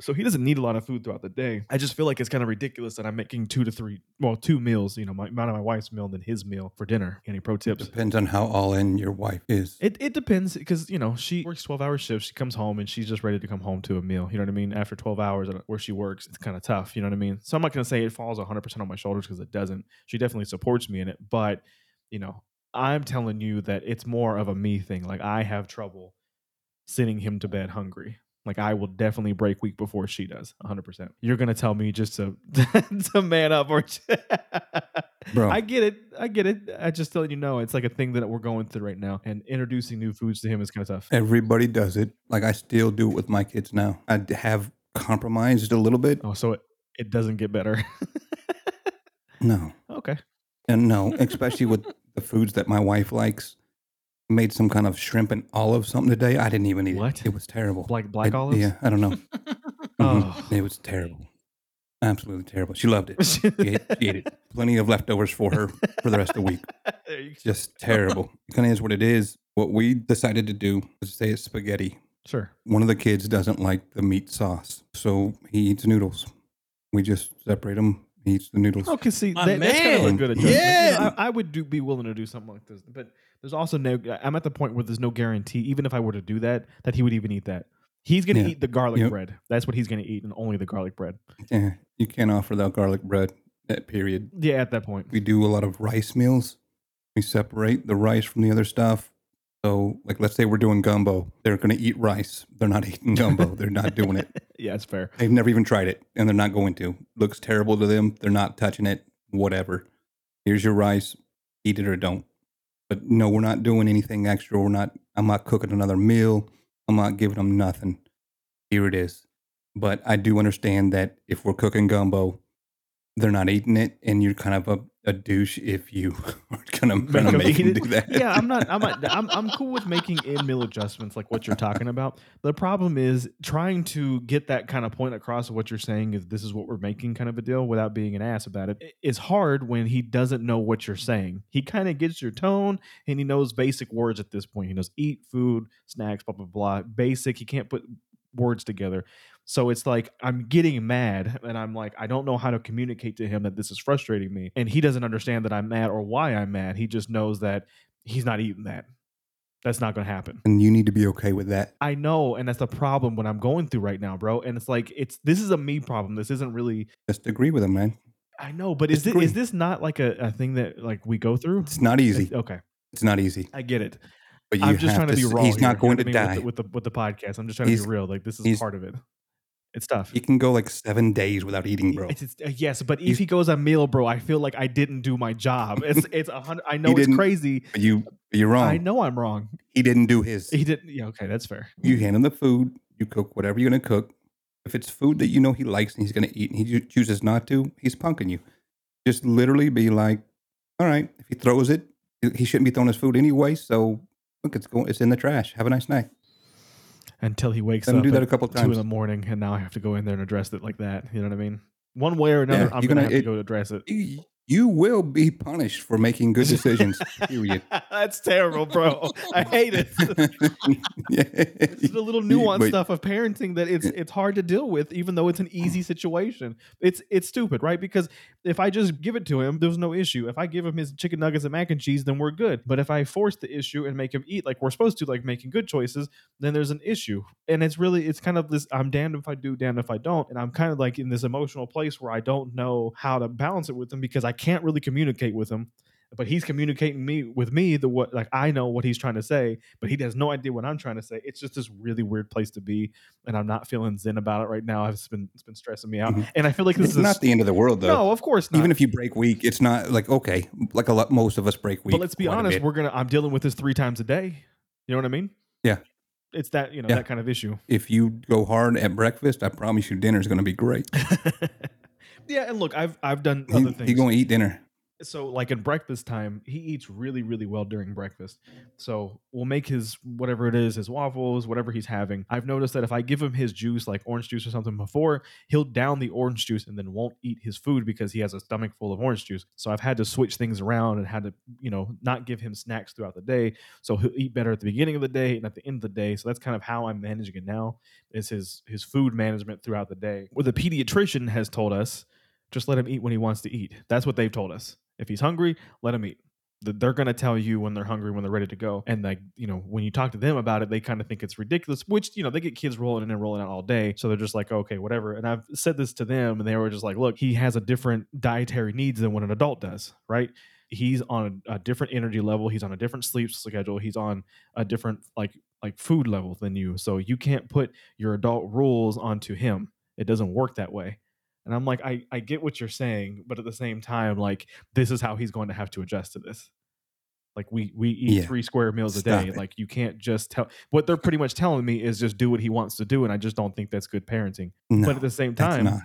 Speaker 1: so he doesn't need a lot of food throughout the day. I just feel like it's kind of ridiculous that I'm making two to three, well, two meals. You know, my amount of my wife's meal and then his meal for dinner. Any pro tips?
Speaker 3: Depends on how all in your wife is.
Speaker 1: It, it depends because you know she works twelve hour shifts. She comes home and she's just ready to come home to a meal. You know what I mean? After twelve hours at- where she works, it's kind of tough. You know what I mean? So I'm not gonna say it falls hundred percent on my shoulders because it doesn't. She definitely supports me in it, but you know I'm telling you that it's more of a me thing. Like I have trouble sending him to bed hungry. Like I will definitely break week before she does, 100. percent You're gonna tell me just to to man up, or
Speaker 3: Bro.
Speaker 1: I get it, I get it. I just telling you no. It's like a thing that we're going through right now, and introducing new foods to him is kind of tough.
Speaker 3: Everybody does it. Like I still do it with my kids now. I d- have compromised a little bit.
Speaker 1: Oh, so it, it doesn't get better.
Speaker 3: No,
Speaker 1: okay,
Speaker 3: and no, especially with the foods that my wife likes. Made some kind of shrimp and olive something today. I didn't even eat
Speaker 1: What?
Speaker 3: it. It was terrible.
Speaker 1: like black
Speaker 3: I-
Speaker 1: olives.
Speaker 3: Yeah, I don't know.
Speaker 1: Oh.
Speaker 3: Mhm. It was terrible. Absolutely terrible. She loved it. She ate, she ate it. Plenty of leftovers for her for the rest of the week.
Speaker 1: There you go.
Speaker 3: Just terrible. It kind of is what it is. What we decided to do was say it's spaghetti.
Speaker 1: Sure.
Speaker 3: One of the kids doesn't like the meat sauce, so he eats noodles. We just separate them. He eats the noodles.
Speaker 1: Oh, cause see,
Speaker 6: My
Speaker 1: that, that's kind of a
Speaker 6: man.
Speaker 1: good adjustment. You
Speaker 2: Yeah.
Speaker 1: know, I, I would do, be willing to do something like this, but there's also no. I'm at the point where there's no guarantee, even if I were to do that, that he would even eat that. He's gonna
Speaker 3: Yeah.
Speaker 1: eat the garlic
Speaker 3: Yep.
Speaker 1: bread. That's what he's gonna eat, and only the garlic bread.
Speaker 3: Yeah, Eh, you can't offer that garlic bread. That period.
Speaker 1: Yeah, at that point.
Speaker 3: We do a lot of rice meals. We separate the rice from the other stuff. So, like, let's say we're doing gumbo. They're going to eat rice. They're not eating gumbo. They're not doing it.
Speaker 1: Yeah, it's fair.
Speaker 3: They've never even tried it, and they're not going to. Looks terrible to them. They're not touching it. Whatever. Here's your rice. Eat it or don't. But no, we're not doing anything extra. We're not. I'm not cooking another meal. I'm not giving them nothing. Here it is. But I do understand that if we're cooking gumbo, they're not eating it, and you're kind of a, a douche if you are gonna,
Speaker 1: Make
Speaker 3: gonna
Speaker 1: 'em
Speaker 3: make
Speaker 1: eat
Speaker 3: them
Speaker 1: it.
Speaker 3: do that.
Speaker 1: yeah, I'm not. I'm not. I'm, I'm cool with making in meal adjustments, like what you're talking about. The problem is trying to get that kind of point across of what you're saying is this is what we're making, kind of a deal, without being an ass about it. I- It's hard when he doesn't know what you're saying. He kind of gets your tone, and he knows basic words at this point. He knows eat, food, snacks, blah blah blah. Basic. He can't put words together. So it's like I'm getting mad and I'm like I don't know how to communicate to him that this is frustrating me and he doesn't understand that I'm mad or why I'm mad. He just knows that he's not eating that. That's not going to happen.
Speaker 3: And you need to be okay with that.
Speaker 1: I know, and that's the problem what I'm going through right now, bro. And it's like it's this is a me problem. This isn't really.
Speaker 3: Just agree with them, man.
Speaker 1: I know, but is
Speaker 3: It's
Speaker 1: this,
Speaker 3: great.
Speaker 1: is this not like a, a thing that like we go through?
Speaker 3: It's not easy.
Speaker 1: Okay,
Speaker 3: It's not easy.
Speaker 1: I get it.
Speaker 3: But you
Speaker 1: I'm just
Speaker 3: have
Speaker 1: trying to be
Speaker 3: s-
Speaker 1: raw.
Speaker 3: He's
Speaker 1: here,
Speaker 3: not
Speaker 1: you know
Speaker 3: going
Speaker 1: what
Speaker 3: to
Speaker 1: I mean,
Speaker 3: die.
Speaker 1: with the, with the with the podcast. I'm just trying to
Speaker 3: He's-
Speaker 1: be real. Like this is
Speaker 3: he's-
Speaker 1: part of it. It's tough.
Speaker 3: He can go like seven days without eating, bro.
Speaker 1: It's, it's, uh, yes, but if
Speaker 3: He's-
Speaker 1: he goes a meal, bro, I feel like I didn't do my job. It's it's a hundred. I know it's
Speaker 3: didn't-
Speaker 1: crazy.
Speaker 3: But you, but you're wrong.
Speaker 1: I know I'm wrong.
Speaker 3: He didn't do his.
Speaker 1: He didn't. Yeah, okay, that's fair.
Speaker 3: You hand him the food. You cook whatever you're gonna cook. If it's food that you know he likes and he's gonna eat, and he ju- chooses not to, he's punking you. Just literally be like, "All right, if he throws it, he- he shouldn't be throwing his food anyway. So look, it's going. It's in the trash. Have a nice night.
Speaker 1: until he wakes
Speaker 3: Let him
Speaker 1: up
Speaker 3: do that
Speaker 1: at
Speaker 3: a couple
Speaker 1: two in
Speaker 3: times.
Speaker 1: the morning, and now I have to go in there and address it like that. You know what I mean? One way or another,
Speaker 3: Yeah,
Speaker 1: I'm
Speaker 3: you're
Speaker 1: gonna,
Speaker 3: gonna-
Speaker 1: have
Speaker 3: it-
Speaker 1: to go address it.
Speaker 3: You You will be punished for making good decisions. Period.
Speaker 1: That's terrible, bro. I hate it.
Speaker 3: yeah.
Speaker 1: It's the little nuanced
Speaker 3: Wait.
Speaker 1: stuff of parenting that it's it's hard to deal with, even though it's an easy situation. It's it's stupid, right? Because if I just give it to him, there's no issue. If I give him his chicken nuggets and mac and cheese, then we're good. But if I force the issue and make him eat like we're supposed to, like making good choices, then there's an issue. And it's really it's kind of this I'm damned if I do, damned if I don't. And I'm kind of like in this emotional place where I don't know how to balance it with him because I can't really communicate with him. But he's communicating me with me the what like I know what he's trying to say, but he has no idea what I'm trying to say. It's just this really weird place to be, and I'm not feeling zen about it right now. I've it's been it's been stressing me out,
Speaker 3: Mhm.
Speaker 1: and I feel like this
Speaker 3: It's
Speaker 1: is a
Speaker 3: not the end of the world, though.
Speaker 1: no, of course not.
Speaker 3: Even if you break weak, it's not like okay, like a lot. Most of us break weak.
Speaker 1: but let's be
Speaker 3: quite a
Speaker 1: honest,
Speaker 3: bit.
Speaker 1: we're gonna. I'm dealing with this three times a day. You know what I mean?
Speaker 3: Yeah.
Speaker 1: It's that you know
Speaker 3: Yeah.
Speaker 1: that kind of issue.
Speaker 3: If you go hard at breakfast, I promise you dinner is going to be great.
Speaker 1: yeah, and look, I've I've done
Speaker 3: He-
Speaker 1: other
Speaker 3: he,
Speaker 1: things.
Speaker 3: going to eat dinner.
Speaker 1: so like in breakfast time, he eats really really well during breakfast. So we'll make his whatever it is, his waffles, whatever he's having. I've noticed that if I give him his juice, like orange juice or something before, he'll down the orange juice and then won't eat his food because he has a stomach full of orange juice. So I've had to switch things around and had to, you know, not give him snacks throughout the day. So he'll eat better at the beginning of the day and at the end of the day. So that's kind of how I'm managing it now. Is his his food management throughout the day. What the pediatrician has told us, just let him eat when he wants to eat. That's what they've told us. If he's hungry, let him eat th- they're going to tell you when they're hungry when they're ready to go and like you know when you talk to them about it they kind of think it's ridiculous which you know they get kids rolling in and rolling out all day so they're just like okay whatever and i've said this to them and they were just like look he has a different dietary needs than what an adult does right he's on a, a different energy level he's on a different sleep schedule he's on a different like like food level than you so you can't put your adult rules onto him it doesn't work that way and i'm like i, I get what you're saying but at the same time like this is how he's going to have to adjust to this like we we eat
Speaker 3: Yeah.
Speaker 1: three square meals
Speaker 3: Stop
Speaker 1: a day.
Speaker 3: it.
Speaker 1: Like you can't just tell what they're pretty much telling me is just do what he wants to do, and I just don't think that's good parenting.
Speaker 3: No,
Speaker 1: but at the same
Speaker 3: that's
Speaker 1: time,
Speaker 3: not.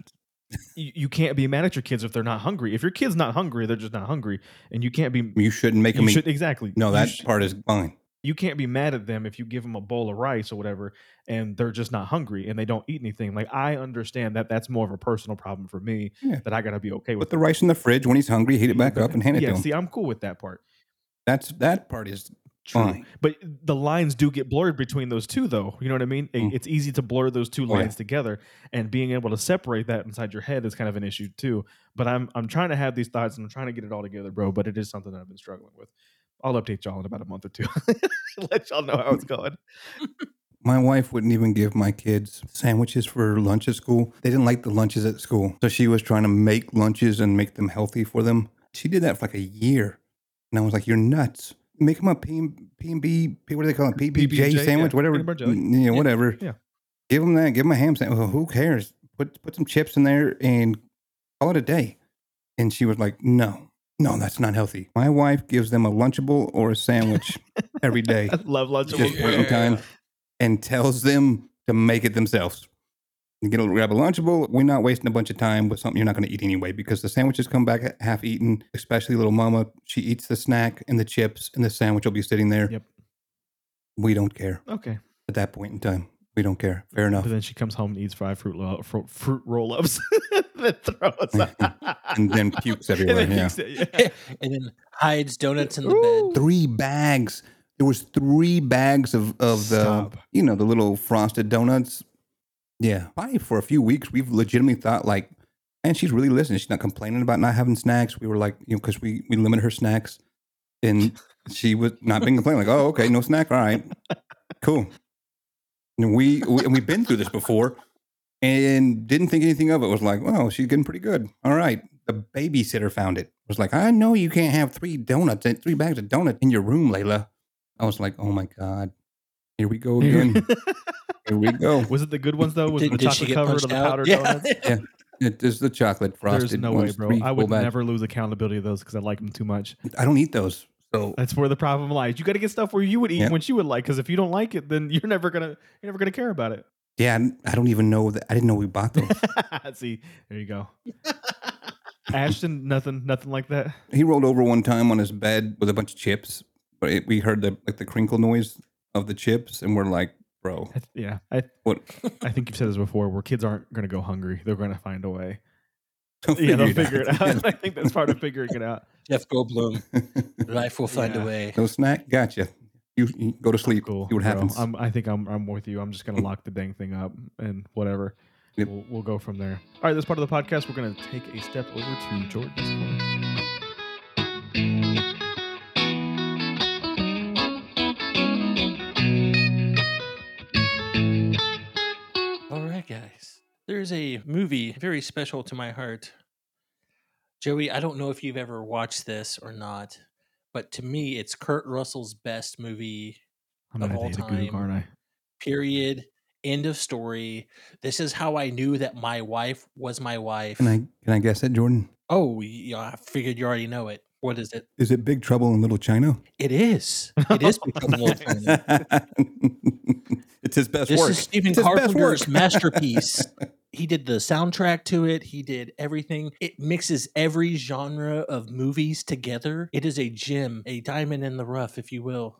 Speaker 1: you, you can't be mad at your kids if they're not hungry. If your kid's not hungry, they're just not hungry, and you can't be.
Speaker 3: You shouldn't make
Speaker 1: You
Speaker 3: them
Speaker 1: should,
Speaker 3: eat.
Speaker 1: exactly.
Speaker 3: No,
Speaker 1: You
Speaker 3: that
Speaker 1: sh-
Speaker 3: part is fine.
Speaker 1: you can't be mad at them if you give them a bowl of rice or whatever and they're just not hungry and they don't eat anything like i understand that that's more of a personal problem for me
Speaker 3: Yeah.
Speaker 1: that i gotta be okay with
Speaker 3: Put the rice in the fridge when he's hungry. Heat it back up and hand it
Speaker 1: yeah
Speaker 3: to him.
Speaker 1: see i'm cool with that part
Speaker 3: that's that part is
Speaker 1: True.
Speaker 3: Fine.
Speaker 1: But the lines do get blurred between those two, though. You know what I mean? It-
Speaker 3: Mm.
Speaker 1: It's easy to blur those two
Speaker 3: Oh, yeah.
Speaker 1: lines together, and being able to separate that inside your head is kind of an issue too. But I'm I'm trying to have these thoughts and I'm trying to get it all together, bro. But it is something that I've been struggling with. I'll update y'all in about a month or two. Let y'all know how it's going.
Speaker 3: My wife wouldn't even give my kids sandwiches for lunch at school. They didn't like the lunches at school. So she was trying to make lunches and make them healthy for them. She did that for like a year. And I was like, you're nuts. Make them a P- P&B, P- what do they call it? PBJ,
Speaker 1: PBJ,
Speaker 3: sandwich,
Speaker 1: yeah.
Speaker 3: whatever.
Speaker 1: Peanut butter jelly.
Speaker 3: Mm, Yeah,
Speaker 1: Yeah,
Speaker 3: whatever.
Speaker 1: yeah.
Speaker 3: Give them that. Give them a ham sandwich. Well, who cares? Put, put some chips in there and call it a day. And she was like, no, no, that's not healthy. My wife gives them a Lunchable or a sandwich every day
Speaker 1: I love lunch.
Speaker 3: just point in time and tells them to make it themselves. You get a, grab a Lunchable. We're not wasting a bunch of time with something you're not going to eat anyway because the sandwiches come back half eaten, especially little mama. She eats the snack and the chips, and the sandwich will be sitting there.
Speaker 1: Yep.
Speaker 3: We don't care
Speaker 1: Okay,
Speaker 3: at that point in time. We don't care. Fair
Speaker 1: but
Speaker 3: enough.
Speaker 1: then she comes home and eats five fruit lo- fru- fruit roll ups. that throws
Speaker 3: And then pukes everywhere.
Speaker 1: And then
Speaker 3: yeah.
Speaker 1: pukes it, yeah.
Speaker 2: and then hides donuts in the
Speaker 1: Ooh.
Speaker 2: bed.
Speaker 3: Three bags. There was three bags of, of the
Speaker 1: Stop.
Speaker 3: you know, the little frosted donuts. Yeah. Probably for a few weeks, we've legitimately thought like, and she's really listening. She's not complaining about not having snacks. We were like, you know, because we, we limit her snacks. And she was not being complaining, like, oh, okay, no snack. All right. Cool. And we, we and we've been through this before and didn't think anything of it. Was like, well, she's getting pretty good. All right. The babysitter found it. Was like, I know you can't have three donuts, eh, three bags of donuts in your room, Layla. I was like, oh my God. Here we go again. Here we go.
Speaker 1: Was it the good ones though? Was it the
Speaker 2: Did, did she
Speaker 1: chocolate
Speaker 2: get
Speaker 1: covered or
Speaker 2: punched
Speaker 1: the
Speaker 2: out?
Speaker 1: powdered
Speaker 2: Yeah.
Speaker 1: donuts?
Speaker 3: It is the chocolate frosted.
Speaker 1: There's no way,
Speaker 3: ones,
Speaker 1: bro.
Speaker 3: three
Speaker 1: I would
Speaker 3: full bags.
Speaker 1: never lose accountability of those because I like them too much.
Speaker 3: I don't eat those. So
Speaker 1: That's where the problem lies. You got to get stuff where you would eat
Speaker 3: Yeah.
Speaker 1: when she would like. Because if you don't like it, then you're never gonna you're never gonna care about it.
Speaker 3: yeah, I- I don't even know that. I didn't know we bought those.
Speaker 1: See, there you go. Ashton, nothing, nothing like that.
Speaker 3: he rolled over one time on his bed with a bunch of chips, but it, we heard the like the crinkle noise of the chips, and we're like, bro,
Speaker 1: I th- yeah, I
Speaker 3: what?
Speaker 1: I think you've said this before. Where kids aren't gonna go hungry, they're gonna find a way.
Speaker 3: They'll
Speaker 1: yeah, they'll
Speaker 3: out.
Speaker 1: figure it out. I think that's part of figuring it out.
Speaker 2: Jeff Goldblum.
Speaker 3: Yeah.
Speaker 2: Life will find
Speaker 1: Yeah.
Speaker 2: a way.
Speaker 3: no snack? Gotcha. You, you go to sleep.
Speaker 1: Cool.
Speaker 3: See what
Speaker 1: bro.
Speaker 3: happens.
Speaker 1: I'm, I think I'm, I'm with you. I'm just gonna lock the dang thing up and whatever.
Speaker 3: Yep.
Speaker 1: We'll, we'll go from there. All right, this part of the podcast, we're gonna take a step over to Jordan's corner.
Speaker 2: All right, guys. There's a movie very special to my heart. Joey, I don't know if you've ever watched this or not, but to me, it's Kurt Russell's best movie
Speaker 1: I'm
Speaker 2: Of
Speaker 1: gonna
Speaker 2: all
Speaker 1: have to hit a Google,
Speaker 2: time.
Speaker 1: aren't I?
Speaker 2: period end of story this is how i knew that my wife was my wife
Speaker 3: Can I can I guess it, Jordan?
Speaker 2: oh yeah i figured you already know it what is it
Speaker 3: Is it Big Trouble in Little China?
Speaker 2: it is it is become a little China.
Speaker 3: it's his best
Speaker 2: this
Speaker 3: work.
Speaker 2: is stephen
Speaker 3: It's his best
Speaker 2: carpenter's
Speaker 3: work.
Speaker 2: masterpiece he did the soundtrack to it he did everything it mixes every genre of movies together it is a gem a diamond in the rough if you will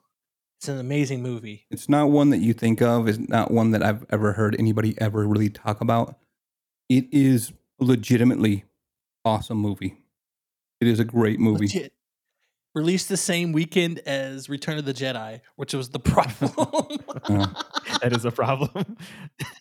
Speaker 2: it's an amazing movie
Speaker 3: It's not one that you think of. It's not one that I've ever heard anybody ever really talk about. It is legitimately awesome movie. It is a great movie.
Speaker 2: Legit. Released the same weekend as Return of the Jedi, which was the problem.
Speaker 3: Uh,
Speaker 1: That is a problem.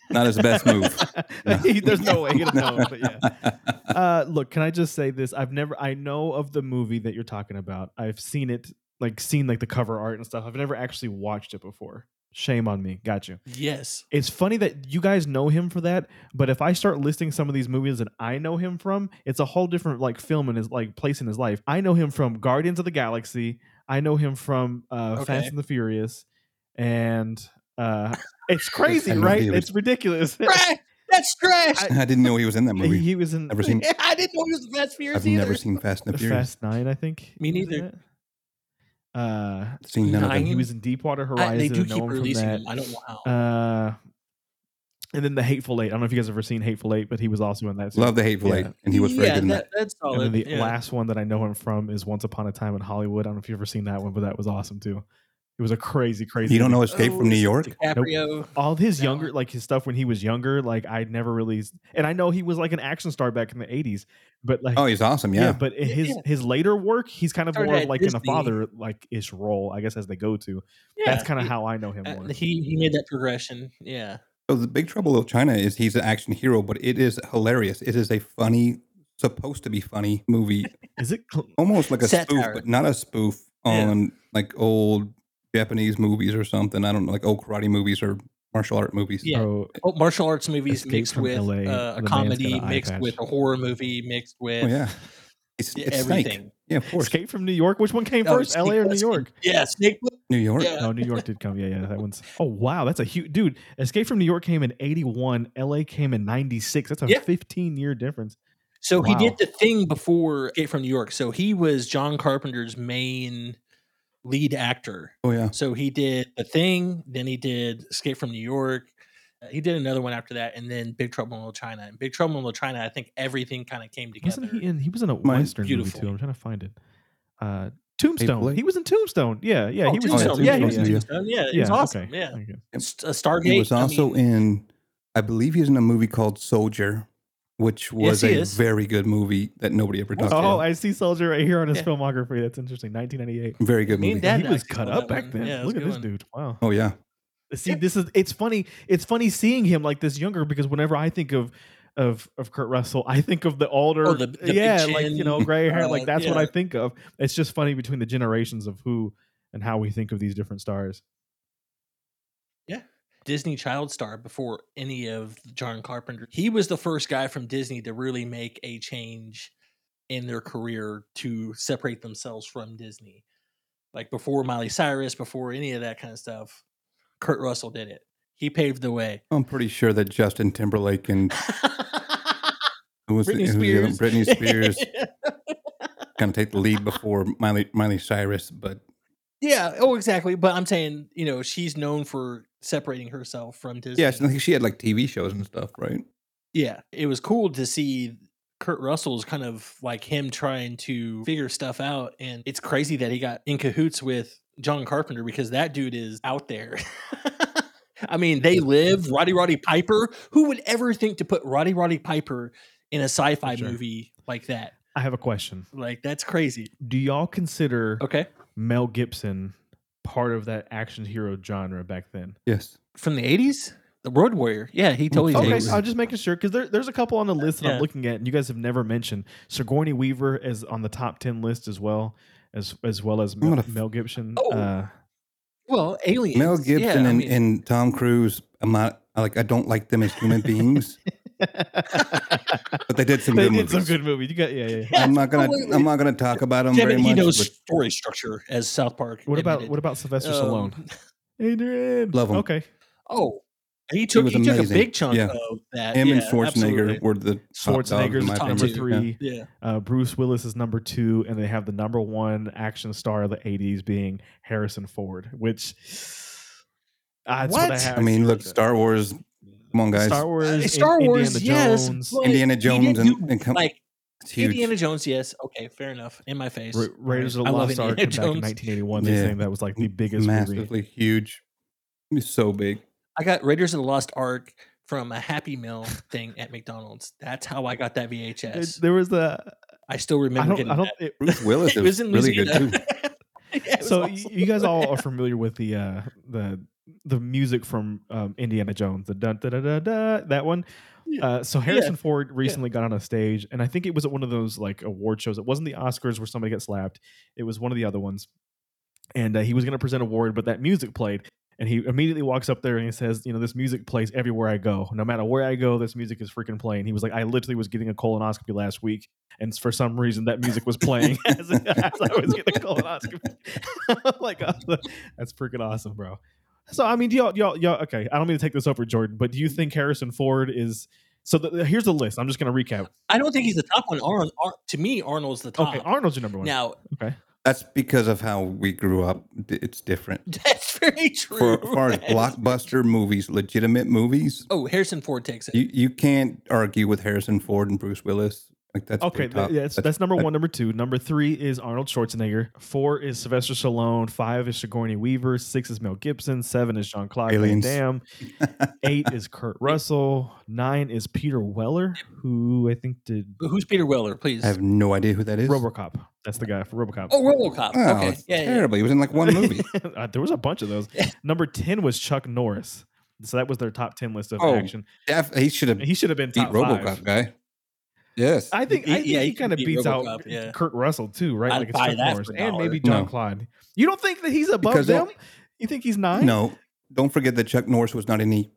Speaker 3: not his best move. No.
Speaker 1: There's no way you know. But yeah. Uh, look, can I just say this? I've never. I know of the movie that you're talking about. I've seen it, like seen like the cover art and stuff. I've never actually watched it before. Shame on me. Got you.
Speaker 2: yes.
Speaker 1: It's funny that you guys know him for that, but if I start listing some of these movies that I know him from, it's a whole different like film and his like place in his life. I know him from Guardians of the Galaxy. I know him from uh,
Speaker 2: Okay.
Speaker 1: Fast and the Furious, and uh, it's crazy,
Speaker 3: know
Speaker 1: right?
Speaker 3: he was-
Speaker 1: It's ridiculous.
Speaker 7: Trash. That's trash.
Speaker 1: I-
Speaker 3: I didn't know he was in that movie.
Speaker 1: he was in
Speaker 3: Never seen.
Speaker 7: I didn't know he was the best fears
Speaker 3: I've
Speaker 7: either.
Speaker 3: never seen Fast and the Furious.
Speaker 1: Fast Nine, I think.
Speaker 2: Me
Speaker 1: isn't
Speaker 2: neither.
Speaker 1: it? Uh,
Speaker 3: Seen none of
Speaker 1: and
Speaker 3: them.
Speaker 1: he
Speaker 2: Nine?
Speaker 1: was in Deepwater Horizon.
Speaker 2: I, they do
Speaker 1: I know
Speaker 2: keep
Speaker 1: him from
Speaker 2: releasing
Speaker 1: that.
Speaker 2: them. I don't know how.
Speaker 1: Uh, and then the Hateful Eight. I don't know if you guys have ever seen Hateful Eight, but he was also in that. too.
Speaker 3: Love the Hateful
Speaker 1: Yeah.
Speaker 3: Eight, and he was very
Speaker 2: yeah,
Speaker 3: good in that.
Speaker 2: That's
Speaker 1: And
Speaker 2: solid.
Speaker 1: then the
Speaker 2: yeah.
Speaker 1: last one that I know him from is Once Upon a Time in Hollywood. I don't know if you've ever seen that one, but that was awesome too. It was a crazy, crazy.
Speaker 3: You don't know
Speaker 1: movie.
Speaker 3: Escape from New York?
Speaker 2: DiCaprio.
Speaker 1: all his
Speaker 2: that
Speaker 1: younger,
Speaker 2: one.
Speaker 1: like his stuff when he was younger. Like I never really, and I know he was like an action star back in the '80s, but like
Speaker 3: Oh, he's awesome. Yeah.
Speaker 1: but in
Speaker 2: Yeah,
Speaker 1: his
Speaker 2: yeah.
Speaker 1: his later work, he's kind of
Speaker 2: Started
Speaker 1: more of
Speaker 2: at
Speaker 1: like in a
Speaker 2: Disney.
Speaker 1: father like ish role, I guess, as they go to.
Speaker 2: Yeah,
Speaker 1: That's kind of
Speaker 2: he-
Speaker 1: how I know him
Speaker 2: uh,
Speaker 1: more.
Speaker 2: he he made that progression. Yeah.
Speaker 3: So the Big Trouble Little China is he's an action hero, but it is hilarious. It is a funny, supposed to be funny movie,
Speaker 1: Is it? cl-
Speaker 3: almost like a
Speaker 2: Satire.
Speaker 3: spoof, but not a spoof
Speaker 2: Yeah.
Speaker 3: on like old Japanese movies or something. I don't know, like old karate movies or martial art movies.
Speaker 2: Yeah.
Speaker 1: Oh,
Speaker 2: Oh, martial arts movies
Speaker 1: Escape
Speaker 2: mixed
Speaker 1: from
Speaker 2: with
Speaker 1: LA, the
Speaker 2: uh, a
Speaker 1: man's got
Speaker 2: comedy,
Speaker 1: an eye
Speaker 2: mixed
Speaker 1: patch.
Speaker 2: with a horror movie, mixed with
Speaker 3: Oh yeah, it's,
Speaker 2: yeah,
Speaker 3: it's
Speaker 2: everything.
Speaker 3: Snake. Yeah, of course.
Speaker 1: Escape from New York. Which one came
Speaker 2: Oh,
Speaker 1: first,
Speaker 2: Snake
Speaker 1: L.A. or New
Speaker 2: Plissken.
Speaker 1: York?
Speaker 2: Yeah, Snake. Plissken,
Speaker 3: New York.
Speaker 2: Yeah.
Speaker 1: Oh, New York did come. Yeah, yeah, that one's. Oh wow, that's a huge dude. Escape from New York came in '81. L.A. came in '96. That's a
Speaker 2: Yeah.
Speaker 1: 15 year difference.
Speaker 2: So he
Speaker 1: Wow.
Speaker 2: did the thing before Escape from New York. So he was John Carpenter's main lead actor.
Speaker 3: Oh yeah.
Speaker 2: So he did The Thing, then he did Escape from New York. Uh, he did another one after that, and then Big Trouble in Little China. And Big Trouble in Little China, I think everything kind of came together.
Speaker 1: Wasn't he in? He was in a
Speaker 3: Mine-
Speaker 1: western
Speaker 2: Beautiful.
Speaker 1: movie too. I'm trying to find it. Uh, Tombstone.
Speaker 3: Blake?
Speaker 1: He was in Tombstone. Yeah, yeah.
Speaker 2: Oh,
Speaker 1: he was.
Speaker 3: in
Speaker 2: Tombstone,
Speaker 3: Tombstone,
Speaker 1: Yeah,
Speaker 2: he
Speaker 1: yeah,
Speaker 2: was
Speaker 1: yeah.
Speaker 2: in
Speaker 3: yeah.
Speaker 2: Tombstone, yeah, it was
Speaker 1: okay,
Speaker 2: awestar Yeah,
Speaker 1: okay.
Speaker 2: It's a Stargate.
Speaker 3: He was
Speaker 2: I
Speaker 3: also
Speaker 2: mean,
Speaker 3: in, I believe he's in a movie called Soldier, which
Speaker 2: Yes,
Speaker 3: was
Speaker 2: he
Speaker 3: a
Speaker 2: is.
Speaker 3: very good movie that nobody ever talked
Speaker 1: Oh,
Speaker 3: about.
Speaker 1: I see Soldier right here on his
Speaker 2: Yeah.
Speaker 1: filmography. That's interesting. 1998.
Speaker 3: Very good
Speaker 2: Me
Speaker 3: movie.
Speaker 2: and Dad
Speaker 1: he was
Speaker 2: acted
Speaker 1: cut
Speaker 2: on
Speaker 1: up
Speaker 2: that
Speaker 1: back
Speaker 2: one.
Speaker 1: then.
Speaker 2: Yeah, it was
Speaker 1: Look
Speaker 2: a
Speaker 1: at
Speaker 2: good
Speaker 1: this
Speaker 2: one.
Speaker 1: dude. Wow.
Speaker 3: Oh yeah.
Speaker 1: See, this is it's funny. It's funny seeing him like this younger because whenever I think of of of Kurt Russell, I think of the older,
Speaker 2: Oh, the- the big
Speaker 1: yeah, like you
Speaker 2: chin,
Speaker 1: know, gray hair.
Speaker 2: uh,
Speaker 1: like that's what
Speaker 2: yeah.
Speaker 1: I think of. It's just funny between the generations of who and how we think of these different stars.
Speaker 2: Disney Child Star before any of John Carpenter. He was the first guy from Disney to really make a change in their career to separate themselves from Disney. Like before Miley Cyrus, before any of that kind of stuff, Kurt Russell did it. He paved the way.
Speaker 3: I'm pretty sure that Justin Timberlake and who was the-
Speaker 2: Britney
Speaker 3: who was the other-
Speaker 2: Spears.
Speaker 3: Britney Spears kind of take the lead before Miley Miley Cyrus, but
Speaker 2: yeah. Oh, exactly. But I'm saying, you know, she's known for separating herself from Disney.
Speaker 3: yeah, I think she had like TV shows and stuff, right?
Speaker 2: yeah, it was cool to see Kurt Russell's kind of like him trying to figure stuff out. And it's crazy that he got in cahoots with John Carpenter because that dude is out there. I mean, they live Roddy Roddy Piper. Who would ever think to put Roddy Roddy Piper in a sci fi
Speaker 1: sure.
Speaker 2: movie like that.
Speaker 1: I have a question.
Speaker 2: Like that's crazy.
Speaker 1: Do y'all consider
Speaker 2: Okay.
Speaker 1: Mel Gibson part of that action hero genre back then?
Speaker 3: Yes.
Speaker 2: From the 80s? The Road Warrior. Yeah, he totally
Speaker 1: Okay,
Speaker 2: did.
Speaker 1: so I'm just making sure because there, there's a couple on the list that
Speaker 2: Yeah.
Speaker 1: I'm looking at, and you guys have never mentioned Sigourney Weaver is on the top ten list as well as as well as Mel,
Speaker 3: gonna f-
Speaker 1: Mel Gibson.
Speaker 2: Oh.
Speaker 1: Uh,
Speaker 2: Well, aliens.
Speaker 3: Mel Gibson
Speaker 2: yeah, I
Speaker 3: and,
Speaker 2: mean-
Speaker 3: and Tom Cruise. I'm not I like I don't like them as human beings, but they did some
Speaker 1: they did
Speaker 3: good movies.
Speaker 1: some good movies. You got yeah yeah. yeah.
Speaker 3: I'm not
Speaker 2: Oh,
Speaker 3: gonna I'm not gonna talk about them
Speaker 2: Devin,
Speaker 3: very
Speaker 2: he
Speaker 3: much.
Speaker 2: knows
Speaker 3: but
Speaker 2: story structure as South Park.
Speaker 1: What about
Speaker 2: admitted.
Speaker 1: what about Sylvester
Speaker 2: Um,
Speaker 1: Stallone? Adrian,
Speaker 3: Love him.
Speaker 1: Okay,
Speaker 2: Oh, he took
Speaker 3: was
Speaker 2: he, took a
Speaker 3: amazing.
Speaker 2: big chunk
Speaker 3: Yeah.
Speaker 2: of that.
Speaker 3: him
Speaker 2: Uh, yeah,
Speaker 3: and Schwarzenegger
Speaker 2: absolutely.
Speaker 3: were the top dogs in
Speaker 1: Schwarzenegger's
Speaker 3: my
Speaker 1: top
Speaker 3: opinion.
Speaker 1: number
Speaker 2: Yeah.
Speaker 1: three.
Speaker 2: Yeah,
Speaker 1: Uh, Bruce Willis is number two, and they have the number one action star of the '80s being Harrison Ford, which uh, that's what, I
Speaker 2: What?
Speaker 1: have.
Speaker 3: I mean, look, Star Wars. Come on, guys.
Speaker 1: Star Wars,
Speaker 2: Uh,
Speaker 1: In-
Speaker 2: Star Wars.
Speaker 1: Indiana
Speaker 2: yes,
Speaker 1: Jones,
Speaker 2: but
Speaker 3: Indiana
Speaker 2: he
Speaker 3: Jones
Speaker 2: didn't
Speaker 3: and,
Speaker 2: do-
Speaker 3: and come,
Speaker 2: like
Speaker 3: it's Oh, huge.
Speaker 2: Indiana Jones. Yes, okay, fair enough. In my face.
Speaker 1: Ra- Raiders of the
Speaker 2: I love
Speaker 1: Lost Ark
Speaker 2: Indiana
Speaker 1: came back in
Speaker 2: Jones.
Speaker 1: 1981. They
Speaker 3: Yeah.
Speaker 1: think that was like the biggest movie.
Speaker 3: massively huge. It's so big.
Speaker 2: I got Raiders of the Lost Ark from a Happy Meal thing at McDonald's. That's how I got that
Speaker 1: There,
Speaker 2: VHS.
Speaker 1: there was the
Speaker 2: I still
Speaker 1: I
Speaker 2: remember
Speaker 1: don't
Speaker 2: getting
Speaker 1: I don't.
Speaker 2: that.
Speaker 1: it-
Speaker 3: Bruce Willis
Speaker 2: It
Speaker 3: is
Speaker 2: was in
Speaker 3: really good too.
Speaker 2: Louisiana. Yeah, it was
Speaker 1: so y-
Speaker 2: awesome.
Speaker 1: you guys all are familiar with the uh, the the music from um, Indiana Jones, the dun da da da da that one.
Speaker 2: Yeah.
Speaker 1: Uh, so Harrison Ford recently got on a stage, and I think it was at one of those like award shows. It wasn't the Oscars where somebody got slapped; it was one of the other ones. And uh, he was going to present an award, but that music played, and he immediately walks up there and he says, "You know, this music plays everywhere I go. No matter where I go, this music is freaking playing." He was like, "I literally was getting a colonoscopy last week, and for some reason that music was playing as, as I was getting a colonoscopy." like, I was like, that's freaking awesome, bro. So I mean, do y'all, y'all, y'all, okay. I don't mean to take this over, Jordan, but do you think Harrison Ford is? So the, the- here's the list. I'm just gonna recap.
Speaker 2: I don't think he's the top one. Arnold, Ar- to me, Arnold's the top.
Speaker 1: Okay, Arnold's your number one.
Speaker 2: Ah. now
Speaker 3: That's because of how we grew up. D- It's different.
Speaker 2: that's very true.
Speaker 3: For, as far as
Speaker 2: That's-
Speaker 3: blockbuster movies, legitimate movies,
Speaker 2: oh, Harrison Ford takes it.
Speaker 3: you, you can't argue with Harrison Ford and Bruce Willis. Like that's
Speaker 1: okay,
Speaker 3: pretty
Speaker 1: th-
Speaker 3: top.
Speaker 1: yeah, that's, that's number one. Number two. Number three is Arnold Schwarzenegger. Four is Sylvester Stallone. Five is Sigourney Weaver. Six is Mel Gibson. Seven is John Claude Van
Speaker 3: Aliens.
Speaker 1: Damme. Eight is Kurt Russell. Nine is Peter Weller, who I think did
Speaker 2: But Who's Peter Weller? Please.
Speaker 3: I have no idea who that is.
Speaker 1: RoboCop. That's the guy for RoboCop.
Speaker 2: oh, RoboCop.
Speaker 3: Oh,
Speaker 2: okay.
Speaker 3: it's
Speaker 2: Yeah, yeah, yeah.
Speaker 3: terrible. He was in like one movie.
Speaker 1: Uh, there was a bunch of those. Number ten was Chuck Norris. So that was their top ten list of
Speaker 3: Oh,
Speaker 1: action.
Speaker 3: Def- he should have beat
Speaker 1: He should have been top
Speaker 3: RoboCop
Speaker 1: five.
Speaker 3: guy. Yes,
Speaker 1: I think, I
Speaker 2: Yeah,
Speaker 1: think
Speaker 2: yeah,
Speaker 1: he,
Speaker 2: he
Speaker 1: kind of
Speaker 2: beat
Speaker 1: beats out
Speaker 2: RoboCop, yeah.
Speaker 1: Kurt Russell too, right?
Speaker 2: I'd
Speaker 1: like it's
Speaker 2: buy
Speaker 1: Chuck
Speaker 2: that
Speaker 1: Norris
Speaker 2: for a
Speaker 1: and maybe
Speaker 3: dollar.
Speaker 1: John
Speaker 3: No.
Speaker 1: Cloud. You don't think that he's above
Speaker 3: Because
Speaker 1: them?
Speaker 3: they'll-
Speaker 1: You think he's nine?
Speaker 3: no. Don't forget that Chuck Norris was not in the